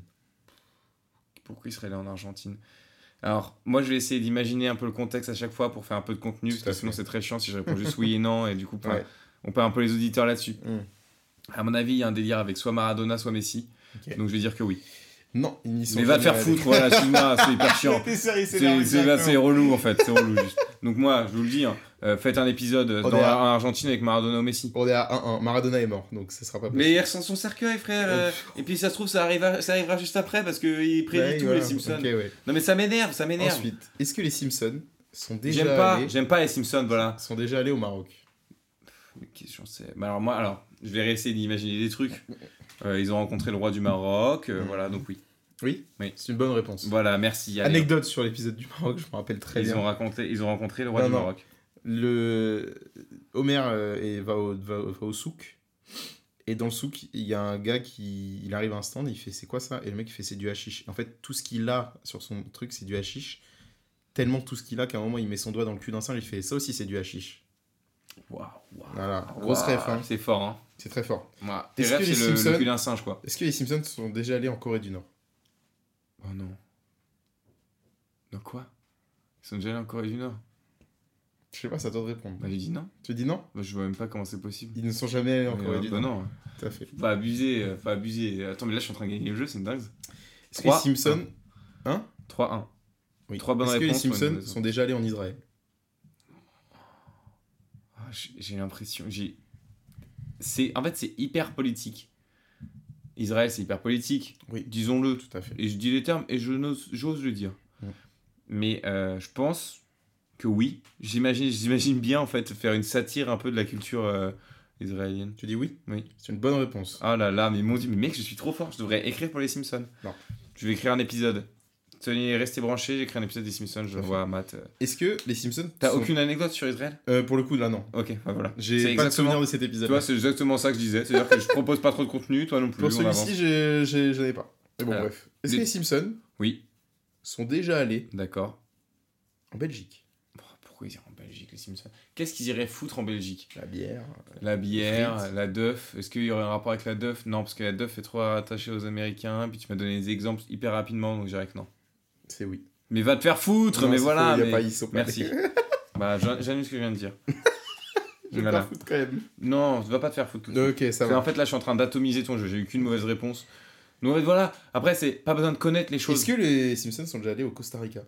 Speaker 4: Pourquoi ils seraient allés en Argentine Alors moi je vais essayer d'imaginer un peu le contexte à chaque fois pour faire un peu de contenu
Speaker 3: Tout
Speaker 4: parce
Speaker 3: à
Speaker 4: que sinon
Speaker 3: fait.
Speaker 4: c'est très chiant si je réponds juste oui et non et du coup
Speaker 3: Ouais.
Speaker 4: on perd un peu les auditeurs là-dessus.
Speaker 3: Mm.
Speaker 4: À mon avis il y a un délire avec soit Maradona soit Messi
Speaker 3: Ok.
Speaker 4: donc je vais dire que oui.
Speaker 3: Non, ils n'y sont
Speaker 4: Mais va te
Speaker 3: jamais
Speaker 4: faire
Speaker 3: allés.
Speaker 4: foutre voilà excuse-moi c'est hyper chiant.
Speaker 3: T'es sérieux, c'est
Speaker 4: C'est-
Speaker 3: là,
Speaker 4: C'est bah, c'est relou en fait, c'est relou juste. Donc moi je vous le dis, hein, euh, faites un épisode euh,
Speaker 3: On
Speaker 4: dans,
Speaker 3: est
Speaker 4: en
Speaker 3: à-
Speaker 4: Argentine avec Maradona ou Messi.
Speaker 3: On est à 1-1. Maradona est mort, donc ce sera pas
Speaker 4: Mais il ressent son cercueil, frère. euh, et puis ça se trouve, ça arrivera, ça arrivera juste après parce qu'il prédit
Speaker 3: Ouais,
Speaker 4: tout,
Speaker 3: voilà.
Speaker 4: les Simpsons.
Speaker 3: Ok, ouais.
Speaker 4: Non, mais ça m'énerve, ça m'énerve.
Speaker 3: Ensuite, est-ce que les Simpsons sont déjà
Speaker 4: J'aime pas,
Speaker 3: allés
Speaker 4: j'aime pas les Simpsons, voilà.
Speaker 3: sont déjà allés au Maroc
Speaker 4: Qu'est-ce que j'en sais Bah alors, moi, alors, je vais essayer d'imaginer des trucs. Euh, ils ont rencontré le roi du Maroc, euh,
Speaker 3: Mm.
Speaker 4: voilà, donc oui.
Speaker 3: Oui,
Speaker 4: Oui.
Speaker 3: c'est une bonne réponse.
Speaker 4: Voilà, merci. allez.
Speaker 3: Anecdote sur l'épisode du Maroc, je me rappelle très
Speaker 4: hein. ils,
Speaker 3: bien.
Speaker 4: ont raconté, ils ont rencontré le roi
Speaker 3: Non,
Speaker 4: du
Speaker 3: non.
Speaker 4: Maroc.
Speaker 3: Le Homer euh, et va, au, va, au- va au souk et dans le souk, il y a un gars qui il arrive à un stand, il fait c'est quoi ça Et le mec il fait c'est du hashish. En fait, tout ce qu'il a sur son truc, c'est du hashish. Tellement tout ce qu'il a qu'à un moment il met son doigt dans le cul d'un singe, il fait ça aussi c'est du hashish.
Speaker 4: Waouh, waouh.
Speaker 3: Voilà, grosse
Speaker 4: Waouh,
Speaker 3: ref, hein.
Speaker 4: C'est fort, hein.
Speaker 3: c'est très fort.
Speaker 4: Moi, tes
Speaker 3: Est-ce
Speaker 4: rêves,
Speaker 3: que les
Speaker 4: c'est le- le,
Speaker 3: Simpsons-
Speaker 4: cul d'un singe, quoi.
Speaker 3: Est-ce que les Simpsons sont déjà allés en Corée du Nord
Speaker 4: Oh non. Non, quoi Ils sont déjà allés en Corée du Nord
Speaker 3: Je sais pas, ça doit te répondre.
Speaker 4: Bah, j'ai dit non.
Speaker 3: Tu dis non
Speaker 4: Bah, je vois même pas comment c'est possible.
Speaker 3: Ils ne sont jamais allés en
Speaker 4: Mais,
Speaker 3: Corée
Speaker 4: euh,
Speaker 3: du
Speaker 4: bah
Speaker 3: Nord.
Speaker 4: non.
Speaker 3: Tout à fait.
Speaker 4: Faut pas abuser, euh, faut pas abuser. Attends, mais là je suis en train de gagner le jeu, c'est une dingue.
Speaker 3: Est-ce que les
Speaker 4: Trois.
Speaker 3: Simpsons. Hein
Speaker 4: 3-1.
Speaker 3: Oui.
Speaker 4: Trois bonnes
Speaker 3: Est-ce que les
Speaker 4: réponses, ouais,
Speaker 3: Simpsons
Speaker 4: nous, nous,
Speaker 3: sont déjà allés en Israël
Speaker 4: Ah, j'ai j'ai l'impression. J'ai... C'est... En fait, c'est hyper politique. Israël, c'est hyper politique.
Speaker 3: Oui.
Speaker 4: Disons-le.
Speaker 3: Tout à fait.
Speaker 4: Et je dis les termes et je n'ose- j'ose le dire.
Speaker 3: Mm.
Speaker 4: Mais euh, je pense que oui. J'imagine, j'imagine bien, en fait, faire une satire un peu de la culture euh, israélienne.
Speaker 3: Tu dis oui
Speaker 4: Oui.
Speaker 3: C'est une bonne réponse.
Speaker 4: Ah là là, mais mon dieu, mais mec, je suis trop fort. Je devrais écrire pour les Simpsons.
Speaker 3: Non.
Speaker 4: Je vais écrire un épisode. Tenez, restez branchés, j'écris un épisode des Simpsons, je
Speaker 3: Tout à fait.
Speaker 4: vois à Matt. euh,
Speaker 3: Est-ce que les Simpsons.
Speaker 4: T'as
Speaker 3: sont-
Speaker 4: aucune anecdote sur Israël
Speaker 3: Euh, pour le coup, là, non.
Speaker 4: Ok, bah voilà. C'est
Speaker 3: J'ai pas de
Speaker 4: exactement-
Speaker 3: souvenir de cet
Speaker 4: Tu
Speaker 3: épisode.
Speaker 4: vois, c'est exactement ça que je disais. C'est-à-dire que je propose pas trop de contenu, toi non plus.
Speaker 3: Pour
Speaker 4: on avance.
Speaker 3: celui-ci, j'ai- j'ai- j'en ai pas. Mais bon,
Speaker 4: Voilà.
Speaker 3: bref. Est-ce
Speaker 4: Des-
Speaker 3: que les Simpsons
Speaker 4: Oui,
Speaker 3: sont déjà allés
Speaker 4: d'accord.
Speaker 3: en Belgique
Speaker 4: Oh, Pourquoi ils iraient en Belgique, les Simpsons Qu'est-ce qu'ils iraient foutre en Belgique
Speaker 3: La bière.
Speaker 4: La bière,
Speaker 3: frites.
Speaker 4: la Duff. Est-ce qu'il y aurait un rapport avec la Duff Non, parce que la Duff est trop attachée aux Américains. Puis tu m'as donné des exemples hyper rapidement, donc je dirais que non.
Speaker 3: C'est oui.
Speaker 4: Mais va te faire foutre,
Speaker 3: Non,
Speaker 4: mais
Speaker 3: c'est
Speaker 4: voilà.
Speaker 3: faux, y a
Speaker 4: mais-
Speaker 3: pas- ils sont pas
Speaker 4: Merci.
Speaker 3: allés.
Speaker 4: bah, j'an- j'annule ce que je viens de dire.
Speaker 3: Je vais
Speaker 4: Voilà.
Speaker 3: pas foutre quand même.
Speaker 4: Non, va pas te faire foutre tout de suite.
Speaker 3: Ok, Euh, ça
Speaker 4: Parce que,
Speaker 3: va.
Speaker 4: En fait, là, je suis en train d'atomiser ton jeu. J'ai eu qu'une mauvaise réponse. Donc voilà, après, c'est pas besoin de connaître les choses.
Speaker 3: Est-ce que les Simpsons sont déjà allés au Costa Rica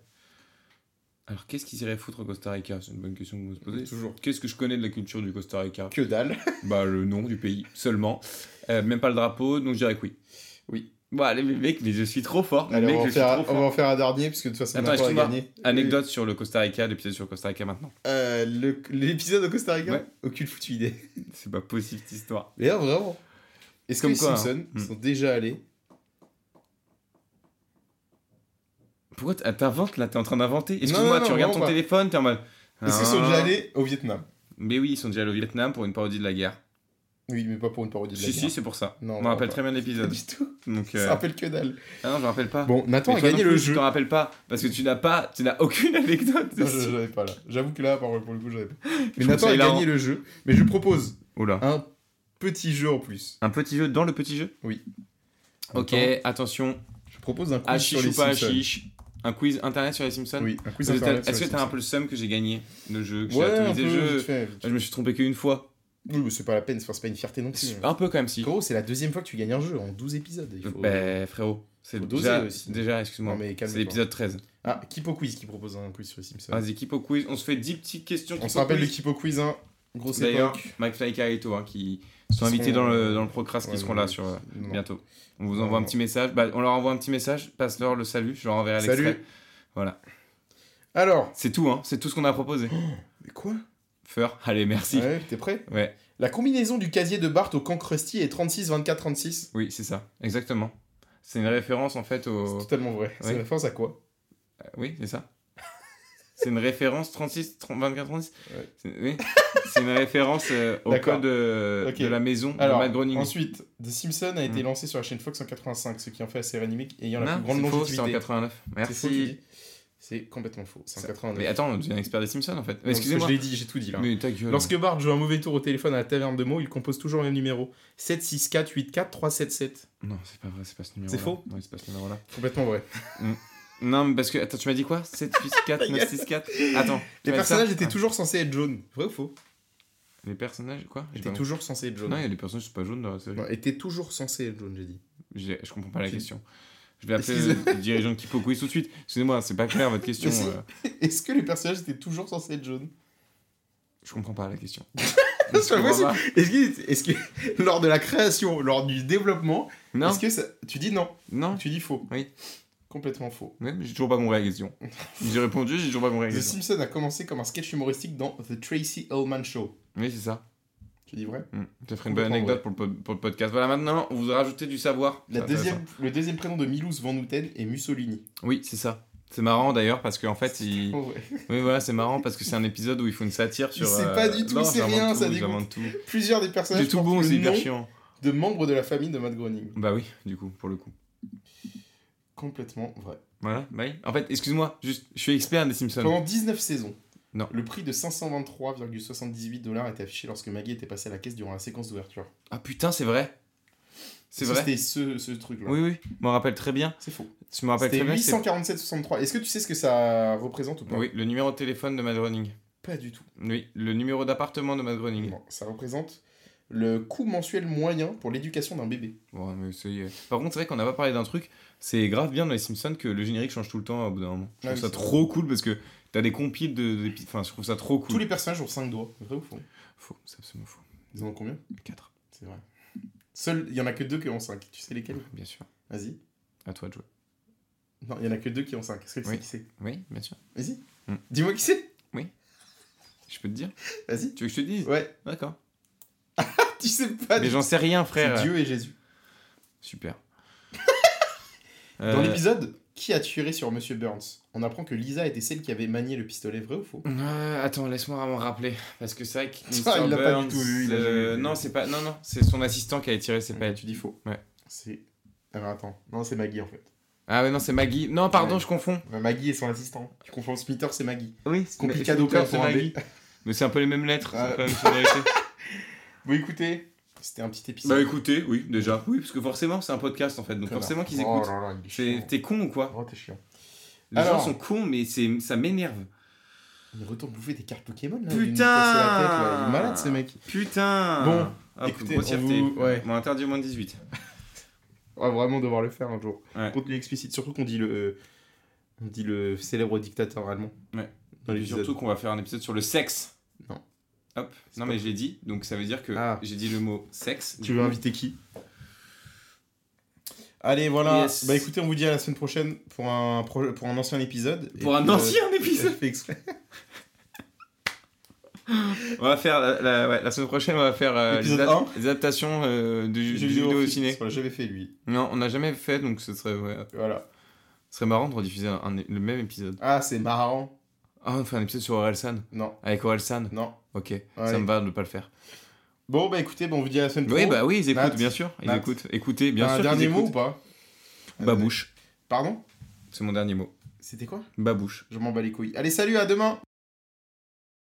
Speaker 4: Alors, qu'est-ce qu'ils iraient foutre au Costa Rica C'est une bonne question que vous vous posez.
Speaker 3: Toujours.
Speaker 4: Qu'est-ce que je connais de la culture du Costa Rica
Speaker 3: Que dalle.
Speaker 4: Bah, le nom du pays seulement. Euh, même pas le drapeau, donc je dirais que oui.
Speaker 3: Oui.
Speaker 4: Bah, les mecs, mais je suis trop fort.
Speaker 3: Allez,
Speaker 4: mec,
Speaker 3: on va, en
Speaker 4: je suis
Speaker 3: faire,
Speaker 4: trop
Speaker 3: on va
Speaker 4: fort.
Speaker 3: en faire un dernier, puisque de toute façon, on
Speaker 4: Attends,
Speaker 3: n'a pas à
Speaker 4: excuse-moi.
Speaker 3: gagner.
Speaker 4: Anecdote sur le Costa Rica, l'épisode sur le Costa Rica maintenant.
Speaker 3: Euh, le- L'épisode au Costa Rica
Speaker 4: Ouais.
Speaker 3: Aucune foutue idée.
Speaker 4: C'est pas possible cette histoire.
Speaker 3: Mais non, vraiment. Est-ce que
Speaker 4: Comme
Speaker 3: les
Speaker 4: quoi, hein.
Speaker 3: Simpsons
Speaker 4: Hmm.
Speaker 3: sont déjà allés
Speaker 4: Pourquoi t- ah, t'inventes là T'es en train d'inventer
Speaker 3: Non,
Speaker 4: Excuse-moi,
Speaker 3: non,
Speaker 4: tu
Speaker 3: non,
Speaker 4: regardes ton
Speaker 3: vraiment pas.
Speaker 4: téléphone, t'es en mode.
Speaker 3: Est-ce qu'ils sont
Speaker 4: Ah.
Speaker 3: déjà allés au Vietnam
Speaker 4: Mais oui, ils sont déjà allés au Vietnam pour une parodie de la guerre.
Speaker 3: Oui, mais pas pour une parodie de la
Speaker 4: Si,
Speaker 3: guerre.
Speaker 4: si, c'est pour ça.
Speaker 3: Non,
Speaker 4: on
Speaker 3: non,
Speaker 4: me rappelle
Speaker 3: pas.
Speaker 4: très bien l'épisode.
Speaker 3: du tout.
Speaker 4: Donc,
Speaker 3: Ça
Speaker 4: euh,
Speaker 3: rappelle que dalle.
Speaker 4: Ah non, je me rappelle pas.
Speaker 3: Bon, Nathan
Speaker 4: Mais
Speaker 3: a
Speaker 4: toi non
Speaker 3: gagné
Speaker 4: plus,
Speaker 3: le
Speaker 4: Tu
Speaker 3: jeu.
Speaker 4: t'en rappelles pas parce que tu n'as pas, tu n'as aucune anecdote.
Speaker 3: Non, je j'avais pas là. J'avoue que là, par contre, pour le coup, j'avais pas. Mais
Speaker 4: trouve
Speaker 3: Nathan
Speaker 4: ça
Speaker 3: a
Speaker 4: hilarant.
Speaker 3: gagné le jeu. Mais je propose
Speaker 4: Oula.
Speaker 3: un petit jeu en plus.
Speaker 4: Un petit jeu dans le petit jeu
Speaker 3: Oui.
Speaker 4: Ok, attention.
Speaker 3: Je propose un quiz sur
Speaker 4: Hachiche
Speaker 3: les
Speaker 4: ou pas
Speaker 3: Simpsons.
Speaker 4: hachiche Un quiz internet sur les Simpsons
Speaker 3: Oui, un quiz
Speaker 4: Est-ce que t'as-
Speaker 3: internet. sur
Speaker 4: Est-ce
Speaker 3: les
Speaker 4: que t'as un
Speaker 3: Simpsons.
Speaker 4: peu le seum que j'ai gagné le jeu que j'ai
Speaker 3: Ouais, un
Speaker 4: atomisé le
Speaker 3: peu,
Speaker 4: jeu
Speaker 3: vite fait, vite
Speaker 4: Ah, Je me suis trompé qu'une fois.
Speaker 3: fait. Oui, mais c'est pas la peine, c'est pas- c'est pas une fierté non plus.
Speaker 4: Un peu quand même si.
Speaker 3: Gros, c'est la deuxième fois que tu gagnes un jeu en 12 épisodes. Il faut...
Speaker 4: Ben frérot, c'est
Speaker 3: faut
Speaker 4: déjà,
Speaker 3: doser aussi.
Speaker 4: déjà excuse-moi.
Speaker 3: Non, mais calme-toi.
Speaker 4: C'est l'épisode 13.
Speaker 3: Ah, Kipo Quiz qui propose un quiz sur les Simpsons.
Speaker 4: Vas-y, Kipo Quiz. On se fait 10 petites questions.
Speaker 3: On se
Speaker 4: Kipo
Speaker 3: rappelle le
Speaker 4: Quiz.
Speaker 3: Kipo Quiz, hein. Grosse
Speaker 4: D'ailleurs,
Speaker 3: époque.
Speaker 4: McFly et Carito hein, qui sont
Speaker 3: Ils
Speaker 4: invités
Speaker 3: seront-
Speaker 4: dans le, dans le Procrast
Speaker 3: Ouais,
Speaker 4: qui seront
Speaker 3: ouais,
Speaker 4: là sur, euh,
Speaker 3: non.
Speaker 4: bientôt. On vous
Speaker 3: Non.
Speaker 4: envoie un petit message. Bah, on leur envoie un petit message. Passe-leur le salut. Je leur enverrai
Speaker 3: Salut.
Speaker 4: l'extrait. Voilà.
Speaker 3: Alors,
Speaker 4: C'est tout, hein. C'est tout ce qu'on a proposé.
Speaker 3: mais quoi
Speaker 4: Feur, allez, merci.
Speaker 3: Ouais, t'es prêt
Speaker 4: Ouais.
Speaker 3: La combinaison du casier de Bart au camp Krusty est 36, 24, 36.
Speaker 4: Oui, c'est ça. Exactement. C'est une référence en fait
Speaker 3: C'est
Speaker 4: au.
Speaker 3: totalement vrai. C'est une
Speaker 4: Oh. ouais.
Speaker 3: référence à quoi
Speaker 4: Oui, c'est ça. C'est une référence 36, 30, 24, 36
Speaker 3: Ouais.
Speaker 4: C'est- Oui. C'est une référence euh, au
Speaker 3: D'accord.
Speaker 4: code euh,
Speaker 3: Ok.
Speaker 4: de la maison
Speaker 3: Alors,
Speaker 4: de Matt Groening.
Speaker 3: ensuite, The Simpsons a été
Speaker 4: Hmm.
Speaker 3: lancé sur la chaîne Fox en 85, ce qui en fait la série animée ayant la
Speaker 4: Non,
Speaker 3: plus grande
Speaker 4: c'est faux, c'est en
Speaker 3: longévité.
Speaker 4: 89.
Speaker 3: C'est faux, tu
Speaker 4: Merci.
Speaker 3: dis C'est complètement faux. C'est en
Speaker 4: Ça-
Speaker 3: 89.
Speaker 4: Mais attends, on devient expert des Simpsons en fait.
Speaker 3: Non, parce que
Speaker 4: Excusez-moi.
Speaker 3: Je l'ai dit, j'ai tout dit là.
Speaker 4: Mais euh, ta gueule.
Speaker 3: Lorsque Bart joue un mauvais tour au téléphone à la taverne de mots, il compose toujours le même numéro 7 6 4 8 4 3 7 7.
Speaker 4: Non, c'est pas vrai, c'est pas ce numéro.
Speaker 3: C'est faux
Speaker 4: Oui, c'est pas ce numéro là.
Speaker 3: Complètement vrai.
Speaker 4: Non, mais parce que. Attends, tu m'as dit quoi 7, 6, 4, 9, 6, 4 Attends. tu
Speaker 3: Les
Speaker 4: m'as dit
Speaker 3: personnages
Speaker 4: ça
Speaker 3: étaient toujours censés être jaunes. Vrai ou faux
Speaker 4: Ah, Les personnages, quoi J'ai
Speaker 3: Étaient
Speaker 4: pas
Speaker 3: toujours censés être
Speaker 4: compris.
Speaker 3: jaunes.
Speaker 4: Non, il y a des personnages qui sont pas jaunes dans la série.
Speaker 3: Non, étaient toujours censés être jaunes, j'ai dit.
Speaker 4: J'ai- Je comprends pas la
Speaker 3: Qui-
Speaker 4: question. Je vais appeler
Speaker 3: Excuse-
Speaker 4: le dirigeant de Kipo Quiz tout de suite. Excusez-moi, c'est pas clair votre question.
Speaker 3: Mais si.
Speaker 4: euh,
Speaker 3: Est-ce que les personnages étaient toujours censés être jaunes
Speaker 4: Je comprends pas la question.
Speaker 3: C'est pas
Speaker 4: Je comprends
Speaker 3: Est-ce que, est-ce que lors de la création, lors du développement,
Speaker 4: Non,
Speaker 3: est-ce que ça- tu dis non
Speaker 4: non.
Speaker 3: Tu dis faux.
Speaker 4: Oui.
Speaker 3: Complètement faux.
Speaker 4: Ouais, mais j'ai toujours pas compris la question. J'ai répondu, j'ai toujours pas compris la
Speaker 3: The
Speaker 4: question.
Speaker 3: Simpsons a commencé comme un sketch humoristique dans The Tracy Ullman Show.
Speaker 4: Oui, c'est ça.
Speaker 3: Tu dis vrai
Speaker 4: Mm. Ça ferait une bonne
Speaker 3: Complètement
Speaker 4: anecdote pour le, pod- pour le podcast. Voilà, maintenant, on vous a rajouté du savoir.
Speaker 3: La
Speaker 4: C'est
Speaker 3: deuxième, le deuxième prénom de Milouz Van Houten est Mussolini.
Speaker 4: intéressant. Oui, c'est ça. C'est marrant d'ailleurs parce qu'en fait, il.
Speaker 3: Oh, ouais.
Speaker 4: Oui, voilà, c'est marrant parce que c'est un épisode où ils font une satire sur. euh,
Speaker 3: sait pas du tout,
Speaker 4: non,
Speaker 3: c'est
Speaker 4: j'invente
Speaker 3: rien, ça
Speaker 4: tout,
Speaker 3: dégoûte.
Speaker 4: j'invente tout.
Speaker 3: Plusieurs des personnages
Speaker 4: C'est tout
Speaker 3: portent
Speaker 4: bon,
Speaker 3: le
Speaker 4: c'est hyper
Speaker 3: nom
Speaker 4: chiant.
Speaker 3: de membres de la famille de Matt Groening.
Speaker 4: Bah oui, du coup, pour le coup.
Speaker 3: Complètement vrai.
Speaker 4: Voilà, bah oui. En fait, excuse-moi, juste, je suis expert des Simpsons.
Speaker 3: Pendant 19 saisons,
Speaker 4: Non.
Speaker 3: le prix de 523,78 dollars est affiché lorsque Maggie était passée à la caisse durant la séquence d'ouverture.
Speaker 4: Ah putain, c'est vrai. C'est
Speaker 3: Ça,
Speaker 4: vrai.
Speaker 3: C'était ce, ce truc-là.
Speaker 4: Oui, oui, je me rappelle très bien.
Speaker 3: C'est faux.
Speaker 4: Tu me rappelles
Speaker 3: C'était
Speaker 4: très bien. que c'est-
Speaker 3: 847,63. Est-ce que tu sais ce que ça représente ou pas
Speaker 4: Oui, le numéro de téléphone de Matt Groening.
Speaker 3: Pas du tout.
Speaker 4: Oui, le numéro d'appartement de Matt Groening.
Speaker 3: Non, ça représente le coût mensuel moyen pour l'éducation d'un bébé.
Speaker 4: Ouais, mais c'est- euh, Par contre, c'est vrai qu'on n'a pas parlé d'un truc. C'est grave bien dans les Simpsons que le générique change tout le temps au bout d'un moment. Je
Speaker 3: Ah
Speaker 4: trouve
Speaker 3: oui,
Speaker 4: ça
Speaker 3: c'est
Speaker 4: trop cool parce que t'as des compiles de. des pi- Enfin, je trouve ça trop cool.
Speaker 3: Tous les personnages ont 5 doigts. Vrai ou faux
Speaker 4: Faux, c'est absolument faux.
Speaker 3: Ils en ont combien
Speaker 4: 4,
Speaker 3: C'est vrai. Seul, il y en a que deux qui ont 5. Tu sais lesquels
Speaker 4: bien sûr.
Speaker 3: Vas-y.
Speaker 4: À toi de jouer.
Speaker 3: Non, il y en a que deux qui ont 5. Est-ce que tu sais
Speaker 4: Oui.
Speaker 3: qui c'est
Speaker 4: Oui, bien sûr.
Speaker 3: Vas-y.
Speaker 4: Hmm.
Speaker 3: Dis-moi qui c'est
Speaker 4: Je peux te dire
Speaker 3: Vas-y.
Speaker 4: Tu veux que je te dise
Speaker 3: Ouais.
Speaker 4: D'accord.
Speaker 3: Tu sais pas.
Speaker 4: Mais j'en sais rien, frère.
Speaker 3: C'est Dieu et Jésus.
Speaker 4: Super.
Speaker 3: Dans
Speaker 4: Euh,
Speaker 3: l'épisode, qui a tiré sur Monsieur Burns On apprend que Lisa était celle qui avait manié le pistolet. Vrai ou faux
Speaker 4: Euh, attends, laisse-moi me rappeler. Parce que c'est vrai que.
Speaker 3: Ça, il
Speaker 4: Mr.
Speaker 3: l'a pas
Speaker 4: Burns,
Speaker 3: du tout vu, il a
Speaker 4: euh,
Speaker 3: jamais vu.
Speaker 4: non, c'est pas. Non, non, c'est son assistant qui a tiré ses
Speaker 3: Ouais,
Speaker 4: paillettes.
Speaker 3: tu dis faux.
Speaker 4: Ouais.
Speaker 3: C'est. Ah, mais attends. Non, c'est Maggie en fait.
Speaker 4: Ah, ouais, non, c'est Maggie. Non, pardon,
Speaker 3: Ouais.
Speaker 4: je confonds.
Speaker 3: Ouais, Maggie et son assistant. Tu confonds Smithers et Maggie.
Speaker 4: Oui,
Speaker 3: Complicado
Speaker 4: mais-
Speaker 3: pour un
Speaker 4: Maggie. Mais c'est un peu les mêmes lettres.
Speaker 3: Ah.
Speaker 4: c'est quand même solidarité.
Speaker 3: Bon, écoutez, c'était un petit épisode.
Speaker 4: bah écoutez, oui, déjà. Oui, parce que forcément, c'est un podcast en fait. Donc
Speaker 3: Connard.
Speaker 4: forcément qu'ils
Speaker 3: Oh
Speaker 4: écoutent.
Speaker 3: là là, il est
Speaker 4: C'est-
Speaker 3: chiant.
Speaker 4: T'es con ou quoi
Speaker 3: Oh, t'es chiant.
Speaker 4: Les
Speaker 3: Alors.
Speaker 4: gens sont cons, mais c'est ça m'énerve.
Speaker 3: Il retourne bouffer des cartes Pokémon là.
Speaker 4: Putain
Speaker 3: au lieu de nous casser la tête, là. Il est malade ce mec.
Speaker 4: Putain
Speaker 3: Bon,
Speaker 4: Ah,
Speaker 3: écoutez,
Speaker 4: grossièreté.
Speaker 3: on vous- ouais.
Speaker 4: Bon, interdit au moins de 18.
Speaker 3: On va vraiment devoir le faire un jour.
Speaker 4: Ouais.
Speaker 3: Contenu explicite, surtout qu'on dit le, euh, on dit le célèbre dictateur allemand.
Speaker 4: Ouais.
Speaker 3: Dans
Speaker 4: Et
Speaker 3: l'épisode.
Speaker 4: surtout qu'on va faire un épisode sur le sexe.
Speaker 3: Non.
Speaker 4: Hop,
Speaker 3: C'est
Speaker 4: non
Speaker 3: pas
Speaker 4: mais je l'ai dit, donc ça veut dire que
Speaker 3: Ah.
Speaker 4: j'ai dit le mot sexe.
Speaker 3: Tu veux inviter qui Allez, voilà.
Speaker 4: Yes.
Speaker 3: Bah écoutez, on vous dit à la semaine prochaine pour un, pro- pour un ancien épisode. Et
Speaker 4: Pour un
Speaker 3: puis, euh,
Speaker 4: ancien
Speaker 3: je
Speaker 4: épisode
Speaker 3: fais exprès.
Speaker 4: On va faire, la, la- ouais, la semaine prochaine, on va faire euh, les,
Speaker 3: Épisode
Speaker 4: ad-
Speaker 3: un.
Speaker 4: les adaptations euh, du, du vidéo au ciné.
Speaker 3: J'avais fait lui.
Speaker 4: Non, on n'a jamais fait, donc ce serait, ouais,
Speaker 3: Voilà.
Speaker 4: ce serait marrant de rediffuser un- un- le même épisode.
Speaker 3: Ah, c'est marrant.
Speaker 4: Ah, on fait un épisode sur Orelsan,
Speaker 3: Non,
Speaker 4: avec Orelsan.
Speaker 3: non.
Speaker 4: Ok, ça me va de ne pas le faire.
Speaker 3: Bon, bah écoutez, bah, on vous dit à la semaine
Speaker 4: Oui,
Speaker 3: prochaine.
Speaker 4: bah oui, ils écoutent,
Speaker 3: Nat.
Speaker 4: bien sûr. Ils
Speaker 3: Nat.
Speaker 4: écoutent. Écoutez, bien
Speaker 3: un
Speaker 4: sûr.
Speaker 3: dernier
Speaker 4: qu'ils
Speaker 3: mot ou
Speaker 4: écoutent.
Speaker 3: pas
Speaker 4: Babouche.
Speaker 3: Pardon
Speaker 4: C'est mon dernier mot.
Speaker 3: C'était quoi
Speaker 4: Babouche.
Speaker 3: Je m'en bats les couilles. Allez, salut, à demain